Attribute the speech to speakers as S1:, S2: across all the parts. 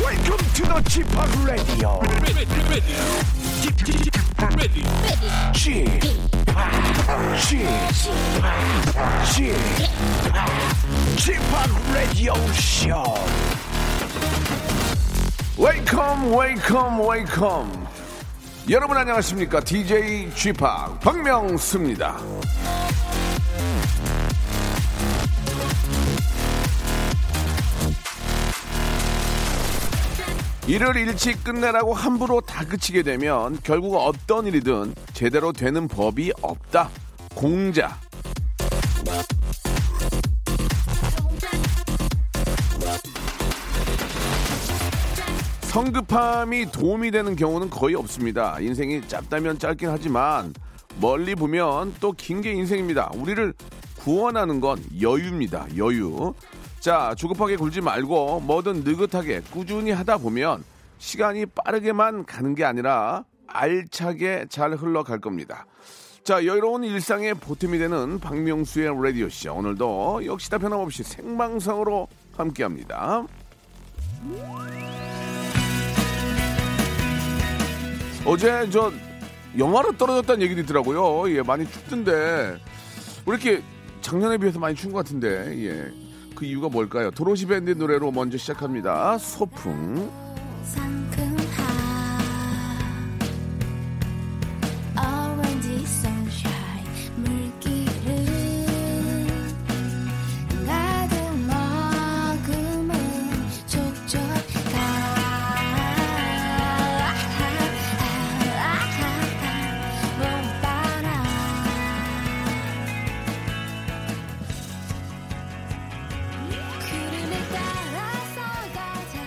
S1: Welcome to the g p o p Radio.
S2: ready, ready, ready, ready.
S1: g p o p g p o p g p o p Radio Show. Welcome, welcome, welcome. 여러분 안녕하십니까? DJ g p o p 박명수입니다. 일을 일찍 끝내라고 함부로 다그치게 되면 결국 어떤 일이든 제대로 되는 법이 없다. 공자. 성급함이 도움이 되는 경우는 거의 없습니다. 인생이 짧다면 짧긴 하지만 멀리 보면 또 긴 게 인생입니다. 우리를 구원하는 건 여유입니다. 여유. 자, 조급하게 굴지 말고 뭐든 느긋하게 꾸준히 하다 보면 시간이 빠르게만 가는 게 아니라 알차게 잘 흘러갈 겁니다. 자, 여유로운 일상의 보탬이 되는 박명수의 라디오쇼. 오늘도 역시나 변함없이 생방송으로 함께 합니다. 어제 저 영화로 떨어졌다는 얘기도 있더라고요. 예, 많이 춥던데 왜 이렇게 작년에 비해서 많이 추운 것 같은데 예. 그 이유가 뭘까요? 도로시 밴드 노래로 먼저 시작합니다. 소풍.
S3: 상큼한 오렌지 선샤인 물기를 가득 머금은 촉촉한 봄바람 구름을 그 따라서 가자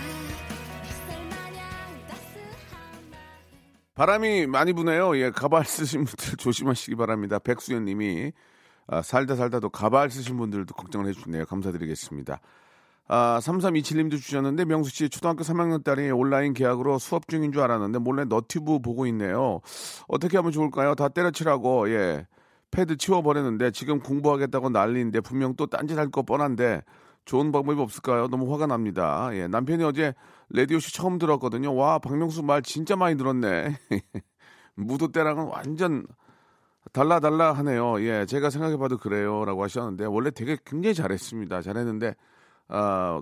S3: 햇살 마냥 따스한 마음
S1: 바람이 많이 부네요. 예, 가발 쓰신 분들 조심하시기 바랍니다. 백수연 님이 아, 살다 살다도 가발 쓰신 분들도 걱정을 해주네요. 감사드리겠습니다. 아, 3327님도 주셨는데 명수 씨 초등학교 3학년 딸이 온라인 계약으로 수업 중인 줄 알았는데 몰래 너튜브 보고 있네요. 어떻게 하면 좋을까요? 다 때려치라고 예 패드 치워버렸는데 지금 공부하겠다고 난리인데 분명 또 딴짓할 거 뻔한데 좋은 방법이 없을까요? 너무 화가 납니다. 예, 남편이 어제 라디오 쇼 처음 들었거든요. 와 박명수 말 진짜 많이 들었네. 무도 때랑은 완전 달라 달라 하네요. 예, 제가 생각해봐도 그래요라고 하셨는데 원래 되게 굉장히 잘했습니다. 잘했는데 아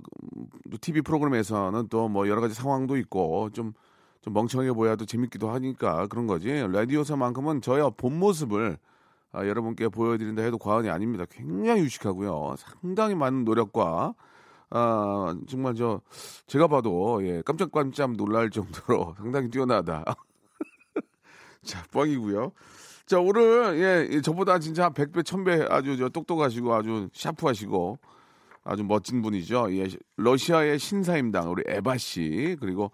S1: TV 프로그램에서는 또 뭐 여러 가지 상황도 있고 좀, 좀 멍청하게 보여도 재밌기도 하니까 그런 거지. 라디오사만큼은 저의 본 모습을 아, 여러분께 보여드린다 해도 과언이 아닙니다. 굉장히 유식하고요. 상당히 많은 노력과 아, 정말 저 제가 봐도 예, 깜짝깜짝 놀랄 정도로 상당히 뛰어나다. 자, 뻥이고요. 자, 오늘 예, 예, 저보다 진짜 한 100배, 1000배 아주 저 똑똑하시고 아주 샤프하시고 아주 멋진 분이죠. 예, 러시아의 신사임당 우리 에바 씨 그리고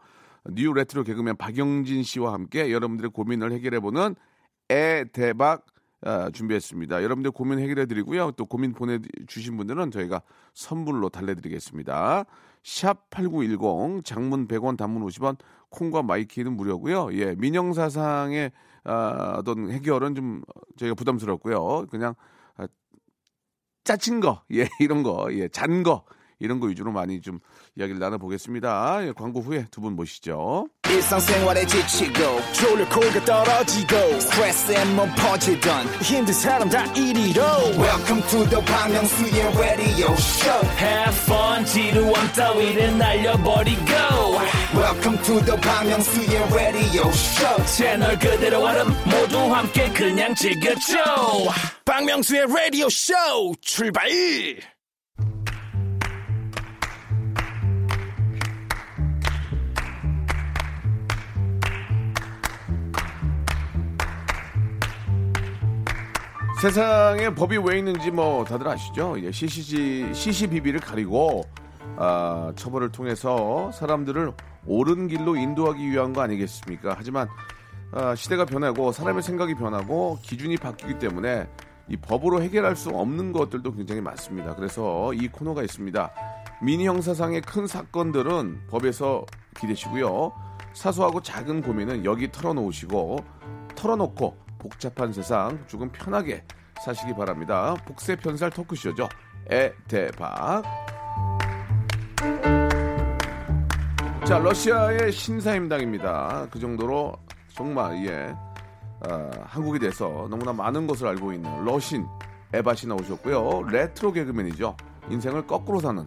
S1: 뉴 레트로 개그맨 박영진 씨와 함께 여러분들의 고민을 해결해 보는 애 대박 아, 준비했습니다. 여러분들 고민 해결해 드리고요. 또 고민 보내 주신 분들은 저희가 선물로 달래 드리겠습니다. 샵 8910 장문 100원 단문 50원 콩과 마이키는 무료고요. 예, 민영사상의 아, 어떤 해결은 좀 저희가 부담스럽고요. 그냥 아, 짜친 거, 예, 이런 거, 예, 잔 거, 이런 거 위주로 많이 좀 이야기를 나눠보겠습니다. 예, 광고 후에 두 분 모시죠.
S4: 일상생활에 지치고, 졸려 코가 떨어지고, 스트레스에 몸 퍼지던, 힘든 사람 다 이리로. welcome to the Bang Myung-soo's radio show
S5: Have fun 지루함 따위를 날려버리고
S4: welcome to the Bang Myung-soo's radio show
S5: 채널 그대로 얼음 모두 함께 그냥 즐겨줘
S4: 박명수의 radio show 출발
S1: 세상에 법이 왜 있는지 뭐 다들 아시죠? 예, CCG, CCBB를 가리고 아, 처벌을 통해서 사람들을 옳은 길로 인도하기 위한 거 아니겠습니까? 하지만 아, 시대가 변하고 사람의 생각이 변하고 기준이 바뀌기 때문에 이 법으로 해결할 수 없는 것들도 굉장히 많습니다. 그래서 이 코너가 있습니다. 미니 형사상의 큰 사건들은 법에서 기대시고요. 사소하고 작은 고민은 여기 털어놓으시고 털어놓고 복잡한 세상 조금 편하게 사시기 바랍니다. 복세 편살 토크쇼죠. 에 대박. 자, 러시아의 신사임당입니다. 그 정도로 정말 예 어, 한국에 대해서 너무나 많은 것을 알고 있는 러신 에바 씨 나오셨고요. 레트로 개그맨이죠. 인생을 거꾸로 사는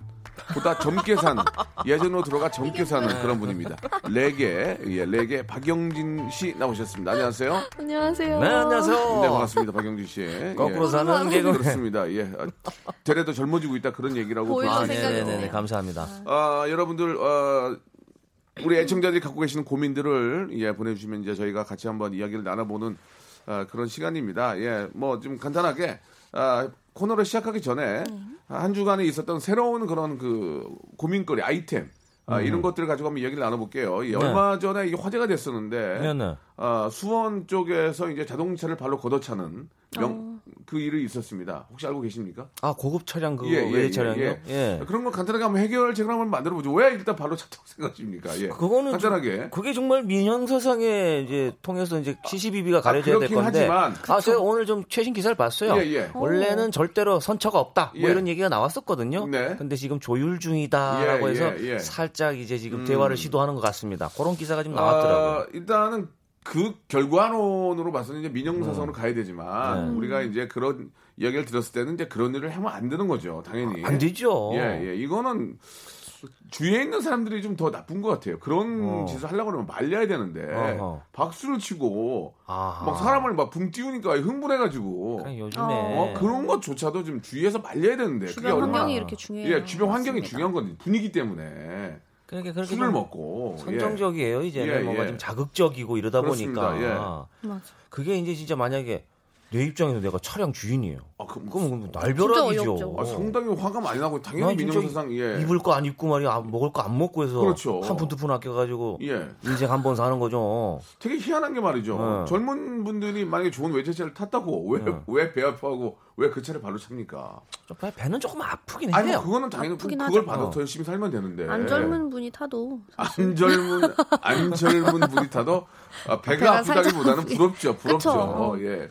S1: 보다 젊게 사는 예전으로 돌아가 젊게 사는 그런 분입니다. 레게 예 레게 박영진 씨 나오셨습니다. 안녕하세요.
S6: 안녕하세요.
S5: 네, 안녕하세요.
S1: 네 반갑습니다, 박영진 씨.
S5: 거꾸로
S1: 예.
S5: 사는 개그.
S1: 그렇습니다. 예, 아, 되레도 젊어지고 있다 그런 얘기라고
S6: 보이는
S5: 아,
S1: 보여요.
S6: 생각이
S5: 네네네.
S6: 드네요.
S5: 감사합니다.
S1: 아, 여러분들 어, 우리 애청자들이 갖고 계시는 고민들을 예, 보내주시면 이제 저희가 같이 한번 이야기를 나눠보는 아, 그런 시간입니다. 예, 뭐 좀 간단하게 아, 코너를 시작하기 전에 한 주간에 있었던 새로운 그런 그 고민거리 아이템 아,
S5: 음.
S1: 이런 것들을 가지고 한번 이야기를 나눠볼게요. 예, 얼마 전에 이게 화제가 됐었는데
S5: 네. 네네.
S1: 아, 수원 쪽에서 이제 자동차를 발로 걷어차는 명, 그 일이 있었습니다. 혹시 알고 계십니까?
S5: 아 고급 차량 그거 외제 차량이요? 예.
S1: 그런 건 간단하게 한번 해결책을 한번 만들어 보죠. 왜 일단 바로 찾다고 생각하십니까? 예.
S5: 그거는 좀-
S1: 간단하게.
S5: 그게 정말 민영사상에 이제 통해서 이제 CCBB가 가려져야 될
S1: 아, 그렇긴
S5: 건데.
S1: 하지만-
S5: 아, 제가 오늘 좀 최신 기사를 봤어요.
S1: 예, 예.
S5: 원래는 절대로 선처가 없다. 뭐
S1: 예.
S5: 이런 얘기가 나왔었거든요.
S1: 네.
S5: 근데 지금 조율 중이다라고
S1: 예,
S5: 해서
S1: 예, 예.
S5: 살짝 이제 지금 대화를 시도하는 것 같습니다. 그런 기사가 지금 나왔더라고요.
S1: 아, 일단은 그 결과론으로 봐서는 이제
S5: 음.
S1: 민영사상으로 가야
S5: 네.
S1: 되지만 우리가 이제 그런 이야기를 들었을 때는 이제 그런 일을 하면 안 되는 거죠. 당연히.
S5: 아, 안 되죠.
S1: 예, 예. 이거는 주위에 있는 사람들이 좀 더 나쁜 것 같아요. 그런
S5: 어.
S1: 짓을 하려고 그러면 말려야 되는데
S5: 어허.
S1: 박수를 치고
S5: 아하. 그러니까
S1: 막 사람을 막 붕 띄우니까 흥분해가지고
S5: 그냥
S1: 어,
S5: 요즘에
S1: 그런 것조차도 좀 주위에서 말려야 되는데 그게
S6: 주변
S1: 얼마나
S6: 환경이 이렇게 중요해요.
S1: 예, 주변 환경이
S6: 맞습니다.
S1: 중요한 건 분위기 때문에
S5: 그러니까 그렇게
S1: 술을
S5: 좀
S1: 먹고
S5: 선정적이에요. 이제는
S1: 뭐, 예,
S5: 뭔가
S1: 예.
S5: 좀 자극적이고 이러다
S1: 그렇습니다. 예.
S5: 보니까
S6: 맞아.
S5: 그게 이제 진짜 만약에 내 입장에서 내가 차량 주인이에요.
S1: 아, 그,
S5: 그럼 뭐
S6: 어이없죠.
S5: 날벼락이죠.
S1: 아, 상당히 화가 많이 나고 당연히
S5: 난 진짜
S1: 민영사상 예.
S5: 입을 거 안 입고 뭐 말이야, 아, 먹을 거 안 먹고 해서
S1: 그렇죠.
S5: 한 푼 두 푼 아껴가지고
S1: 예.
S5: 인생 한 번 사는 거죠.
S1: 되게 희한한 게 말이죠.
S5: 네.
S1: 젊은 분들이 만약에 좋은 외제차를 탔다고
S5: 네.
S1: 왜 왜 배 아파하고 왜 그 차를 바로 찹니까?
S5: 좀 배- 배는 조금 아프긴
S1: 아니
S5: 해요.
S1: 그거는 당연히 그,
S6: 아프긴
S1: 그걸
S6: 하죠.
S1: 받아서 열심히 살면 되는데
S6: 안 젊은 분이 타도
S1: 안 젊은 안 젊은 분이 타도 아, 배가
S6: 배가
S1: 아프다기보다는
S6: 살짝
S1: 부럽죠, 부럽죠.
S6: 그쵸.
S1: 어, 예.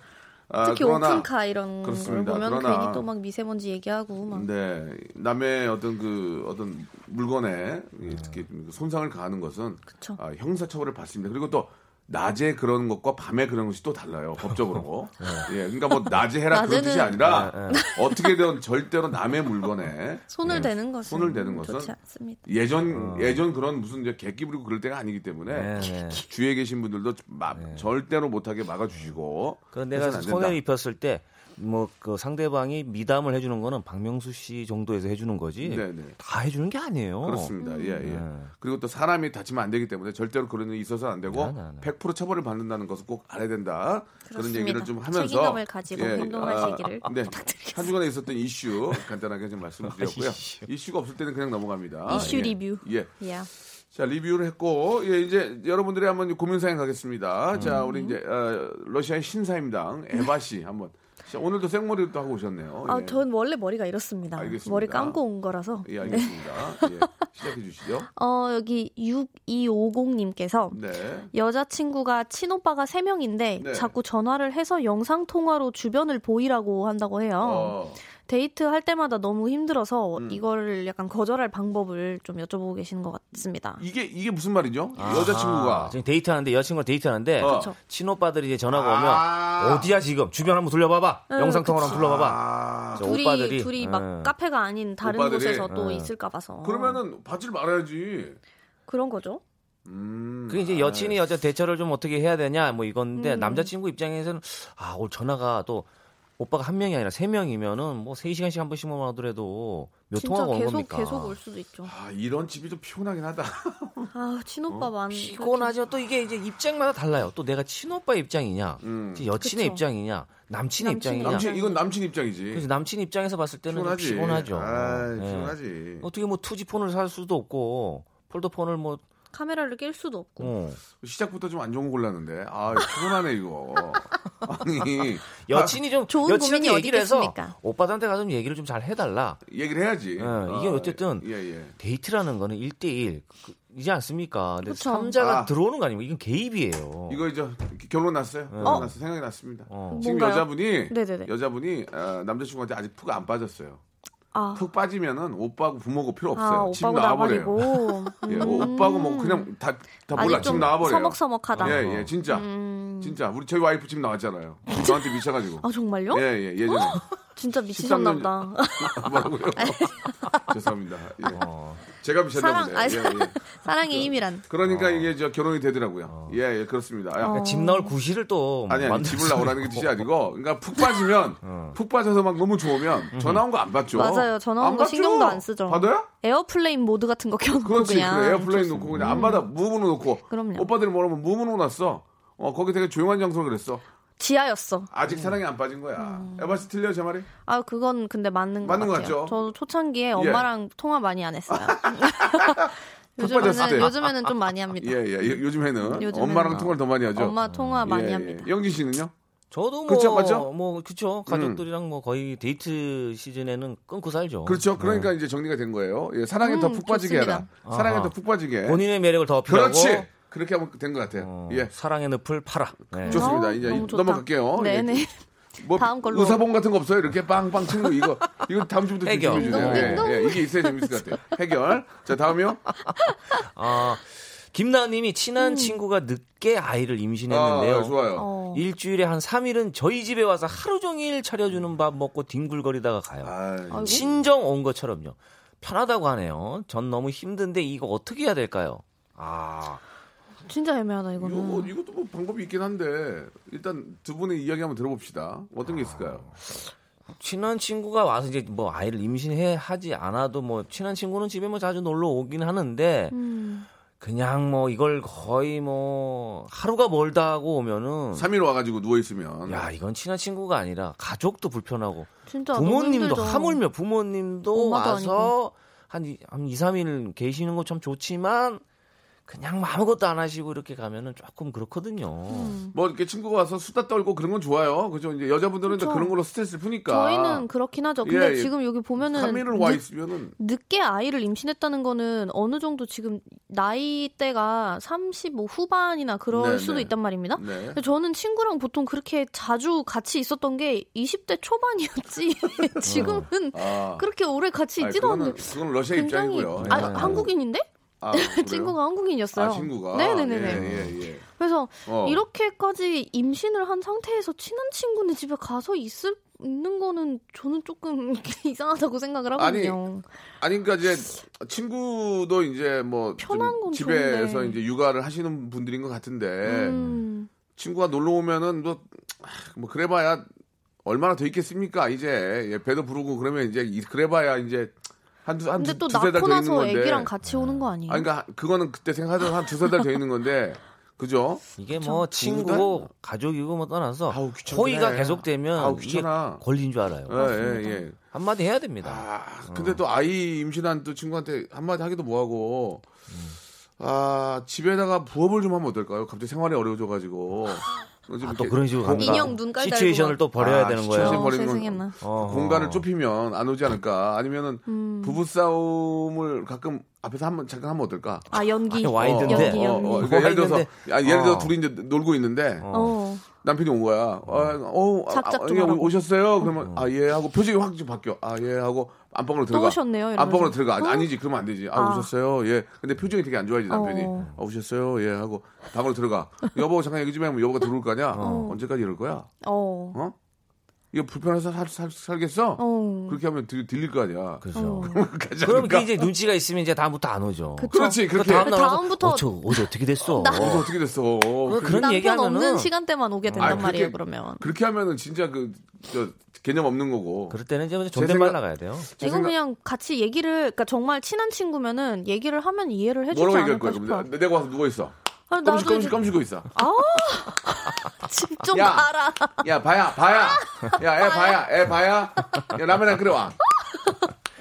S1: 아,
S6: 특히
S1: 그러나-
S6: 오픈카 이런
S1: 그렇습니다.
S6: 걸 보면
S1: 그러나-
S6: 괜히 또 막 미세먼지 얘기하고 막
S1: 네, 남의 어떤 그 어떤 물건에 특히 그 손상을 가하는 것은
S6: 그쵸.
S1: 아, 형사처벌을 받습니다. 그리고 또 낮에 그런 것과 밤에 그런 것이 또 달라요 법적으로.
S5: 네.
S1: 예, 그러니까 뭐 낮에 해라 그런
S6: 낮에는-
S1: 뜻이 아니라 어떻게든 절대로 남의 물건에
S6: 손을 대는 것은
S1: 예, 손을 대는 것은
S6: 좋지 않습니다.
S1: 예전 예전 그런 무슨 이제 객기 부리고 그럴 때가 아니기 때문에
S5: 어. 네, 네.
S1: 주위에 계신 분들도 마- 절대로 못하게 막아주시고.
S5: 그 내가
S1: 해서는 안 된다.
S5: 손해를 입혔을 때 뭐 그 상대방이 미담을 해주는 거는 박명수 씨 정도에서 해주는 거지
S1: 네, 네.
S5: 다 해주는 게 아니에요.
S1: 그렇습니다. 예, 예.
S5: 네.
S1: 그리고 또 사람이 다치면 안 되기 때문에 절대로 그런 일이 있어서는 안 되고
S5: 네, 네, 네.
S1: 100% 처벌을 받는다는 것을 꼭 알아야 된다. 그런
S6: 그렇습니다.
S1: 얘기를 좀 하면서 예,
S6: 책임감을 가지고 행동하시기를
S1: 네. 한 주간에 있었던 이슈 간단하게 좀 말씀드렸고요. 이슈. 가 없을 때는 그냥 넘어갑니다.
S6: 아, 이슈
S1: 예.
S6: 리뷰.
S1: 예.
S6: 야.
S1: 자, 리뷰를 했고 예, 이제 여러분들이 한번 고민 사항 가겠습니다. 자, 우리 이제 어, 러시아의 신사임당 에바 씨 한번 자, 오늘도 생머리도 하고 오셨네요.
S6: 아,
S1: 예.
S6: 전 원래 머리가 이렇습니다.
S1: 알겠습니다.
S6: 머리 감고 온 거라서.
S1: 예, 알겠습니다. 예. 시작해 주시죠.
S6: 어, 여기 6250님께서
S1: 네.
S6: 여자친구가 친오빠가 3명인데
S1: 네.
S6: 자꾸 전화를 해서 영상통화로 주변을 보이라고 한다고 해요.
S1: 어. 음.
S6: 데이트할 때마다 너무 힘들어서 이거를 약간 거절할 방법을 좀 여쭤보고 계시는 것 같습니다.
S1: 이게 이게 무슨 말이죠?
S5: 아하.
S1: 여자친구가
S5: 지금 데이트하는데 여자친구랑 데이트하는데
S1: 어.
S6: 그쵸.
S5: 친오빠들이 이제 전화가
S1: 아.
S5: 오면 어디야 지금 주변 한번 둘러봐봐
S6: 응,
S5: 영상 통화 한번 둘러봐봐
S1: 아,
S5: 저
S6: 둘이
S5: 오빠들이
S6: 둘이 막
S5: 예.
S6: 카페가 아닌 다른
S1: 오빠들이?
S6: 곳에서 또
S5: 예.
S6: 있을까 봐서
S1: 그러면은 받질 말아야지.
S6: 그런 거죠.
S1: 음.
S5: 그게 이제 여친이 여자 대처를 좀 어떻게 해야 되냐 뭐 이건데
S6: 음.
S5: 남자친구 입장에서는 아 오늘 전화가 또 오빠가 한 명이 아니라 세 명이면은 뭐 세 시간씩 한 번씩만 하더라도
S1: 그
S5: 몇
S6: 진짜
S5: 통화가 오는
S6: 계속
S5: 겁니까?
S6: 계속 올 수도 있죠.
S1: 아, 이런 집이 좀 피곤하긴 하다.
S6: 아
S1: 어?
S6: 친오빠만
S5: 피곤하죠. 또 이게 이제 입장마다 달라요. 또 내가 친오빠 입장이냐, 이제 여친의
S6: 그쵸.
S5: 입장이냐, 남친의
S6: 남친의
S5: 입장이냐.
S1: 음. 남친 이건 남친 입장이지.
S5: 그래서 남친 입장에서 봤을 때는 좀
S1: 피곤하지.
S5: 피곤하죠.
S1: 아,
S5: 예.
S1: 피곤하지.
S5: 어떻게 뭐 투지폰을 살 수도 없고 폴더폰을 뭐
S6: 카메라를 낄 수도 없고
S5: 어.
S1: 아, 시작부터 좀 안 좋은 거 골랐는데. 아, 피곤하네 이거. 아니,
S5: 여친이 좀
S6: 좋은
S5: 여친한테
S6: 고민이
S5: 얘기를 해서
S6: 어디겠습니까?
S5: 오빠들한테 가서 좀 얘기를 좀 잘 해달라.
S1: 아, 얘기를 해야지.
S5: 예, 이게 어쨌든
S1: 예, 예.
S5: 데이트라는 거는 1대1 그, 이지 않습니까? 근데
S6: 그쵸.
S5: 삼자가
S1: 아.
S5: 들어오는 거 아닙니까? 이건 개입이에요.
S1: 이거 이제 결혼 났어요. 결혼 났어. 생각이 났습니다.
S5: 네. 어.
S1: 지금
S6: 뭔가요?
S1: 여자분이 어,
S6: 네네네.
S1: 여자분이 아, 남자친구한테 아직 푹 안 빠졌어요.
S6: 아,
S1: 푹 빠지면은 오빠고 부모고 필요 없어요.
S6: 아
S1: 집
S6: 오빠고
S1: 나와버려요.
S6: 나발이고.
S1: 예, 오빠고 뭐 그냥 다, 다 몰라.
S6: 음. 아직
S1: 집
S6: 좀
S1: 나와버려요.
S6: 서먹서먹하다. 음.
S1: 예, 예, 진짜. 진짜. 우리 저희 와이프 집 나왔잖아요. 저한테 미쳐가지고.
S6: 아 정말요? 어.
S1: 예, 예, 예전에.
S6: 진짜 미치셨나
S1: 13년
S6: 보다.
S1: 뭐라고요? 죄송합니다. 예.
S5: 어.
S1: 제가 미쳤나
S6: 사랑,
S1: 보네요.
S6: 아니, 어.
S1: 예, 예.
S6: 사랑의 힘이란.
S1: 그러니까 이게 저 결혼이
S6: 어.
S1: 되더라고요. 예, 예, 그렇습니다. 아,
S5: 그러니까 집 나올 구실을 또
S1: 아니, 아니,
S5: 만들어서-
S1: 집을 나오라는 게 뜻이 아니고, 그러니까 푹 빠지면, 푹 빠져서 막 너무 좋으면, 전화 온 거 안 받죠.
S6: 어. 음. 맞아요. 전화
S1: 안
S6: 온거
S1: 받죠.
S6: 신경도 안 쓰죠.
S1: 받아요?
S6: 에어플레인 모드 같은 거 켜놓고
S1: 그렇지.
S6: 냥 음.
S1: 그래, 에어플레인 놓고 그냥 안 받아. 무문호 놓고.
S6: 그럼요.
S1: 오빠들이 뭐라면 무문호 놨어. 어, 거기 되게 조용한 장소라 그랬어.
S6: 지하였어.
S1: 아직 사랑이 안 빠진 거야.
S6: 음.
S1: 에바 씨 틀려, 제 말이?
S6: 아 그건 근데 맞는 것
S1: 맞는 것
S6: 같아요.
S1: 같죠? 예.
S6: 저도 초창기에 엄마랑 통화 많이 안 했어요.
S1: 빠졌을 때.
S6: 요즘에는 요즘에는 좀 많이 합니다.
S1: 예, 예. 요- 요즘에는,
S6: 요즘에는
S1: 엄마랑 통화를 더 많이 하죠.
S6: 엄마 통화 많이
S1: 예, 예.
S6: 합니다.
S1: 영진 씨는요?
S5: 저도 뭐,
S1: 그쵸, 그렇죠, 맞죠? 음.
S5: 뭐 그쵸 가족들이랑 뭐 거의 데이트 시즌에는 끊고 살죠.
S1: 그렇죠. 그러니까 이제 정리가 된 거예요. 예, 사랑에 더
S6: 음,
S1: 푹 빠지게 해라.
S5: 아하.
S1: 사랑에 더 푹 빠지게.
S5: 본인의 매력을 더 어필하고
S1: 예. 그렇지. 그렇게 하면 된 것 같아요.
S5: 어,
S1: 예.
S5: 사랑의 늪을 팔아. 네.
S1: 좋습니다.
S6: 어,
S1: 이제
S6: 너무 좋다.
S1: 넘어갈게요.
S6: 네네.
S1: 예. 뭐
S6: 다음 걸로.
S1: 의사봉 같은 거 없어요? 이렇게 빵빵 치는 거 이거 이거 다음 주부터 좀
S5: 해결.
S1: 준비해 주세요. 예,
S6: 운동,
S1: 예, 이게 있어야 재밌을 것 같아요. 해결. 자 다음이요.
S5: 아 김나은님이
S6: 음.
S5: 친한 친구가 늦게 아이를
S1: 아,
S5: 임신했는데요.
S1: 좋아요.
S6: 어.
S5: 일주일에 한 3일은 저희 집에 와서 하루 종일 차려주는 밥 먹고 뒹굴거리다가 가요.
S1: 아,
S6: 아이고.
S5: 친정 온 것처럼요. 편하다고 하네요. 전 너무 힘든데 이거 어떻게 해야 될까요? 아,
S6: 진짜 애매하다 이거는.
S1: 이거 이것도 뭐 방법이 있긴 한데 일단 두 분의 이야기 한번 들어봅시다. 어떤 게 있을까요?
S5: 친한 친구가 와서 이제 뭐 아이를 임신해 하지 않아도 뭐 친한 친구는 집에 뭐 자주 놀러 오긴 하는데
S6: 음.
S5: 그냥 뭐 이걸 거의 뭐 하루가 멀다 하고 오면은
S1: 삼 3일 와가지고 누워 있으면
S5: 야 이건 친한 친구가 아니라 가족도 불편하고
S6: 진짜
S5: 부모님도
S6: 너무 힘들죠.
S5: 하물며 부모님도
S6: 엄마도
S5: 와서 한, 이- 한 2, 3일 계시는 건 참 좋지만 그냥 뭐 아무것도 안 하시고 이렇게 가면은 조금 그렇거든요.
S6: 음.
S1: 뭐 이렇게 친구가 와서 수다 떨고 그런 건 좋아요. 그죠? 이제 여자분들은 이제
S6: 그쵸.
S1: 그런 걸로 스트레스를 푸니까.
S6: 저희는 그렇긴 하죠. 근데
S1: 예, 예.
S6: 지금 여기 보면은
S1: 3일을 와
S6: 늦-
S1: 있으면은
S6: 늦게 아이를 임신했다는 거는 어느 정도 지금 나이대가 35 후반이나 그럴
S1: 네,
S6: 수도
S1: 네.
S6: 있단 말입니다.
S1: 네.
S6: 근데 저는 친구랑 보통 그렇게 자주 같이 있었던 게 20대 초반이었지. 지금은
S1: 아.
S6: 그렇게 오래 같이
S1: 아니,
S6: 있지도
S1: 그거는,
S6: 않는데
S1: 그건 러시아
S6: 굉장히
S1: 입장이고요.
S6: 아,
S1: 예.
S6: 한국인인데?
S1: 아, 그래요?
S6: 친구가 한국인이었어요.
S1: 아, 친구가.
S6: 네네네네.
S1: 예, 예, 예.
S6: 그래서
S1: 어.
S6: 이렇게까지 임신을 한 상태에서 친한 친구네 집에 가서 있을 있는 거는 저는 조금 이상하다고 생각을
S1: 아니,
S6: 하거든요.
S1: 아니 그러니까 이제 친구도 이제 뭐좀
S6: 편한 건
S1: 집에서
S6: 좋은데.
S1: 이제 육아를 하시는 분들인 것 같은데
S6: 음.
S1: 친구가 놀러 오면은 뭐, 아, 뭐 그래봐야 얼마나 더 있겠습니까? 이제 예, 배도 부르고 그러면 이제 이- 그래봐야 이제 한두 한
S6: 근데
S1: 두,
S6: 또
S1: 두세 달
S6: 낳고
S1: 더 있는
S6: 나서
S1: 건데.
S6: 애기랑 같이 오는 거 아니에요?
S1: 아 그러니까 그거는 그때 생각하던 한 두세 달 더 있는 건데 그죠?
S5: 이게 뭐 친구고 가족이고 뭐 떠나서
S1: 아, 그러니까 아우, 귀찮네.
S5: 호의가 계속되면
S1: 아우,
S5: 이게
S1: 귀찮아.
S5: 걸린 줄 알아요.
S1: 예, 예, 예.
S5: 한마디 해야 됩니다.
S1: 아,
S5: 어.
S1: 근데 또 아이 임신한 또 친구한테 한마디 하기도 뭐하고
S5: 음.
S1: 아 집에다가 부업을 좀 하면 어떨까요? 갑자기 생활이 어려워져가지고 좀
S5: 아,
S1: 이렇게
S5: 또 그런 식으로 가면
S6: 인형 눈 깔달고
S5: 시츄에이션을 또 버려야
S1: 아,
S5: 되는
S1: 시츄에이션
S5: 거예요.
S6: 어,
S1: 버리는 건-
S6: 세상에 나.
S5: 어허.
S1: 공간을 좁히면 안 오지 않을까? 아니면은
S6: 음.
S1: 부부 싸움을 가끔 앞에서 한번 잠깐 하면 어떨까?
S6: 아 연기.
S5: 아니, 와 있는데.
S6: 연기 연기.
S1: 어, 어,
S6: 어.
S1: 그러니까 예를 들어서
S5: 있는데.
S1: 아, 예를 들어
S5: 어.
S1: 둘이 이제 놀고 있는데 남편이 온 거야. 어, 어, 아,
S6: 작작 좀
S1: 예,
S6: 하라고.
S1: 오셨어요? 그러면 아 예 하고 표정이 확 좀 바뀌어. 아 예 하고 안방으로 들어가.
S6: 오셨네요? 이러면서.
S1: 안방으로 들어가. 아니, 아니지 그러면 안 되지. 아,
S6: 아.
S1: 오셨어요? 예. 근데 표정이 되게 안 좋아지지 남편이.
S6: 어.
S1: 아, 오셨어요? 예 하고 방으로 들어가. 여보 잠깐 얘기 좀 해면 여보가 들어올 거냐? 언제까지 이럴 거야?
S6: 어.
S1: 어? 이거 불편해서 살, 살, 살겠어?
S6: 어.
S1: 그렇게 하면 들, 들릴 거 아니야.
S5: 그렇죠.
S1: 가지
S5: 그럼
S1: 않을까?
S5: 그 이제 눈치가 있으면 이제 다음부터 안 오죠.
S6: 그쵸.
S1: 그러니까. 그렇지 그렇게.
S5: 다음 날 와서
S6: 다음부터-
S5: 어, 저 어제 어떻게 됐어?
S6: 아,
S1: 어디서 어떻게 됐어?
S5: 그런
S6: 남편
S5: 얘기하면은-
S6: 없는 시간대만 오게 된단
S1: 아니, 그렇게-
S6: 말이에요. 그러면.
S1: 그렇게 하면은 진짜 그 저 개념 없는 거고.
S5: 그럴 때는 이제 존댓말
S1: 생각-
S5: 나가야 돼요.
S1: 제
S6: 이건
S1: 생각-
S6: 그냥 같이 얘기를 그러니까 정말 친한 친구면은 얘기를 하면 이해를 해주지
S1: 뭐라고 얘기할
S6: 않을까
S1: 거야?
S6: 싶어.
S1: 그럼 내- 내가 와서 누워 있어.
S6: 아니,
S1: 껌씩
S6: 나도 이제
S1: 껌씩 껌씩고 있어.
S6: 집좀
S1: 야.
S6: 봐라.
S1: 야 봐야 봐야. 야 애 봐야 애 봐야. 야 라면 안 끓여와.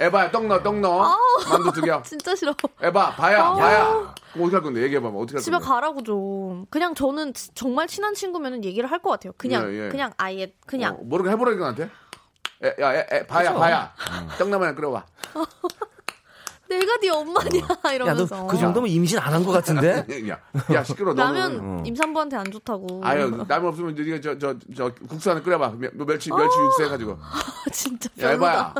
S1: 애 봐야 떡 넣어 떡 넣어. 만두 두 개야.
S6: 진짜 싫어.
S1: 애 봐 봐야 봐야. 그럼 어떻게 할 건데 얘기해봐. 뭐 어떻게 할
S6: 집에
S1: 건데?
S6: 가라고 좀. 그냥 저는 지- 정말 친한 친구면은 얘기를 할 것 같아요. 그냥
S1: 예, 예.
S6: 그냥 아예 그냥
S1: 어, 모르게 해보라 이거 나한테. 애, 야, 애, 애, 봐야, 봐야.
S6: 음.
S1: 떡라면 안 끓여와.
S6: 내가 네 엄마냐
S1: 어.
S5: 야, 너
S6: 이러면서.
S5: 그 정도면 임신 안 한 것 같은데?
S1: 야, 야, 시끄러. 너는
S5: 어.
S6: 라면 임산부한테 안 좋다고.
S1: 아유, 라면 없으면 이제
S6: 어.
S1: 네가 저, 저, 저 국수 하나 끓여봐. 며- 멸치, 멸치 육수 해가지고.
S6: 진짜
S1: 야,
S6: 별로다.
S1: 해봐야.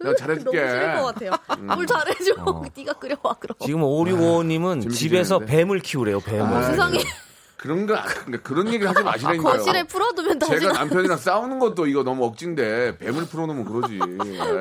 S1: 내가 잘해줄게.
S6: 음,
S1: 음.
S6: 너무 싫을 것 같아요. 뭘 잘해줘. 네가 끓여와 그럼.
S5: 어. 지금 565님은
S1: 아, 재밌게
S5: 집에서
S1: 지내는데.
S5: 뱀을 키우래요, 뱀을.
S1: 아,
S6: 어, 세상에
S1: 그런 거, 안- 그러니까 그런 얘기를 하지 마시라니까요.
S6: 아, 거실에 풀어두면 다시
S1: 제가 남편이랑 싸우는 것도 이거 너무 억진데 뱀을 풀어놓으면 그러지.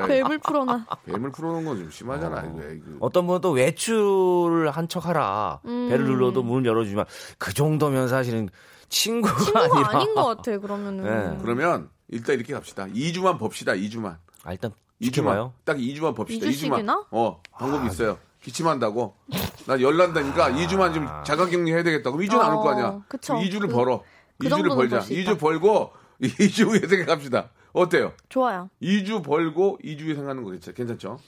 S1: 아이,
S6: 뱀을 풀어놔.
S1: 뱀을 풀어놓은 건 좀 심하잖아. 이거. 이거.
S5: 어떤 분은 또 외출을 한 척 하라.
S6: 음.
S5: 배를 눌러도 문을 열어주지만 그 정도면 사실은 친구가,
S6: 친구가
S5: 아니라.
S6: 아닌 것 같아. 그러면은.
S5: 네.
S1: 그러면 일단 이렇게 갑시다. 2주만 봅시다. 2주만.
S5: 아, 일단
S1: 이주만
S5: 지켜봐요.
S1: 딱 2주만 봅시다.
S6: 이주씩이나?
S1: 2주만. 어, 방법이 있어요. 기침한다고. 난 열난다니까 2주만 좀 자가격리 해야 되겠다. 그럼 2주는 안 올 거 아니야.
S6: 어, 그쵸.
S1: 2주를
S6: 그-
S1: 벌어.
S6: 그
S1: 2주를
S6: 정도는
S1: 벌자.
S6: 벌수 있다.
S1: 2주 벌고 2주 후에 생각합시다. 어때요?
S6: 좋아요.
S1: 2주 벌고 2주 후에 생각하는 거 괜찮- 괜찮죠?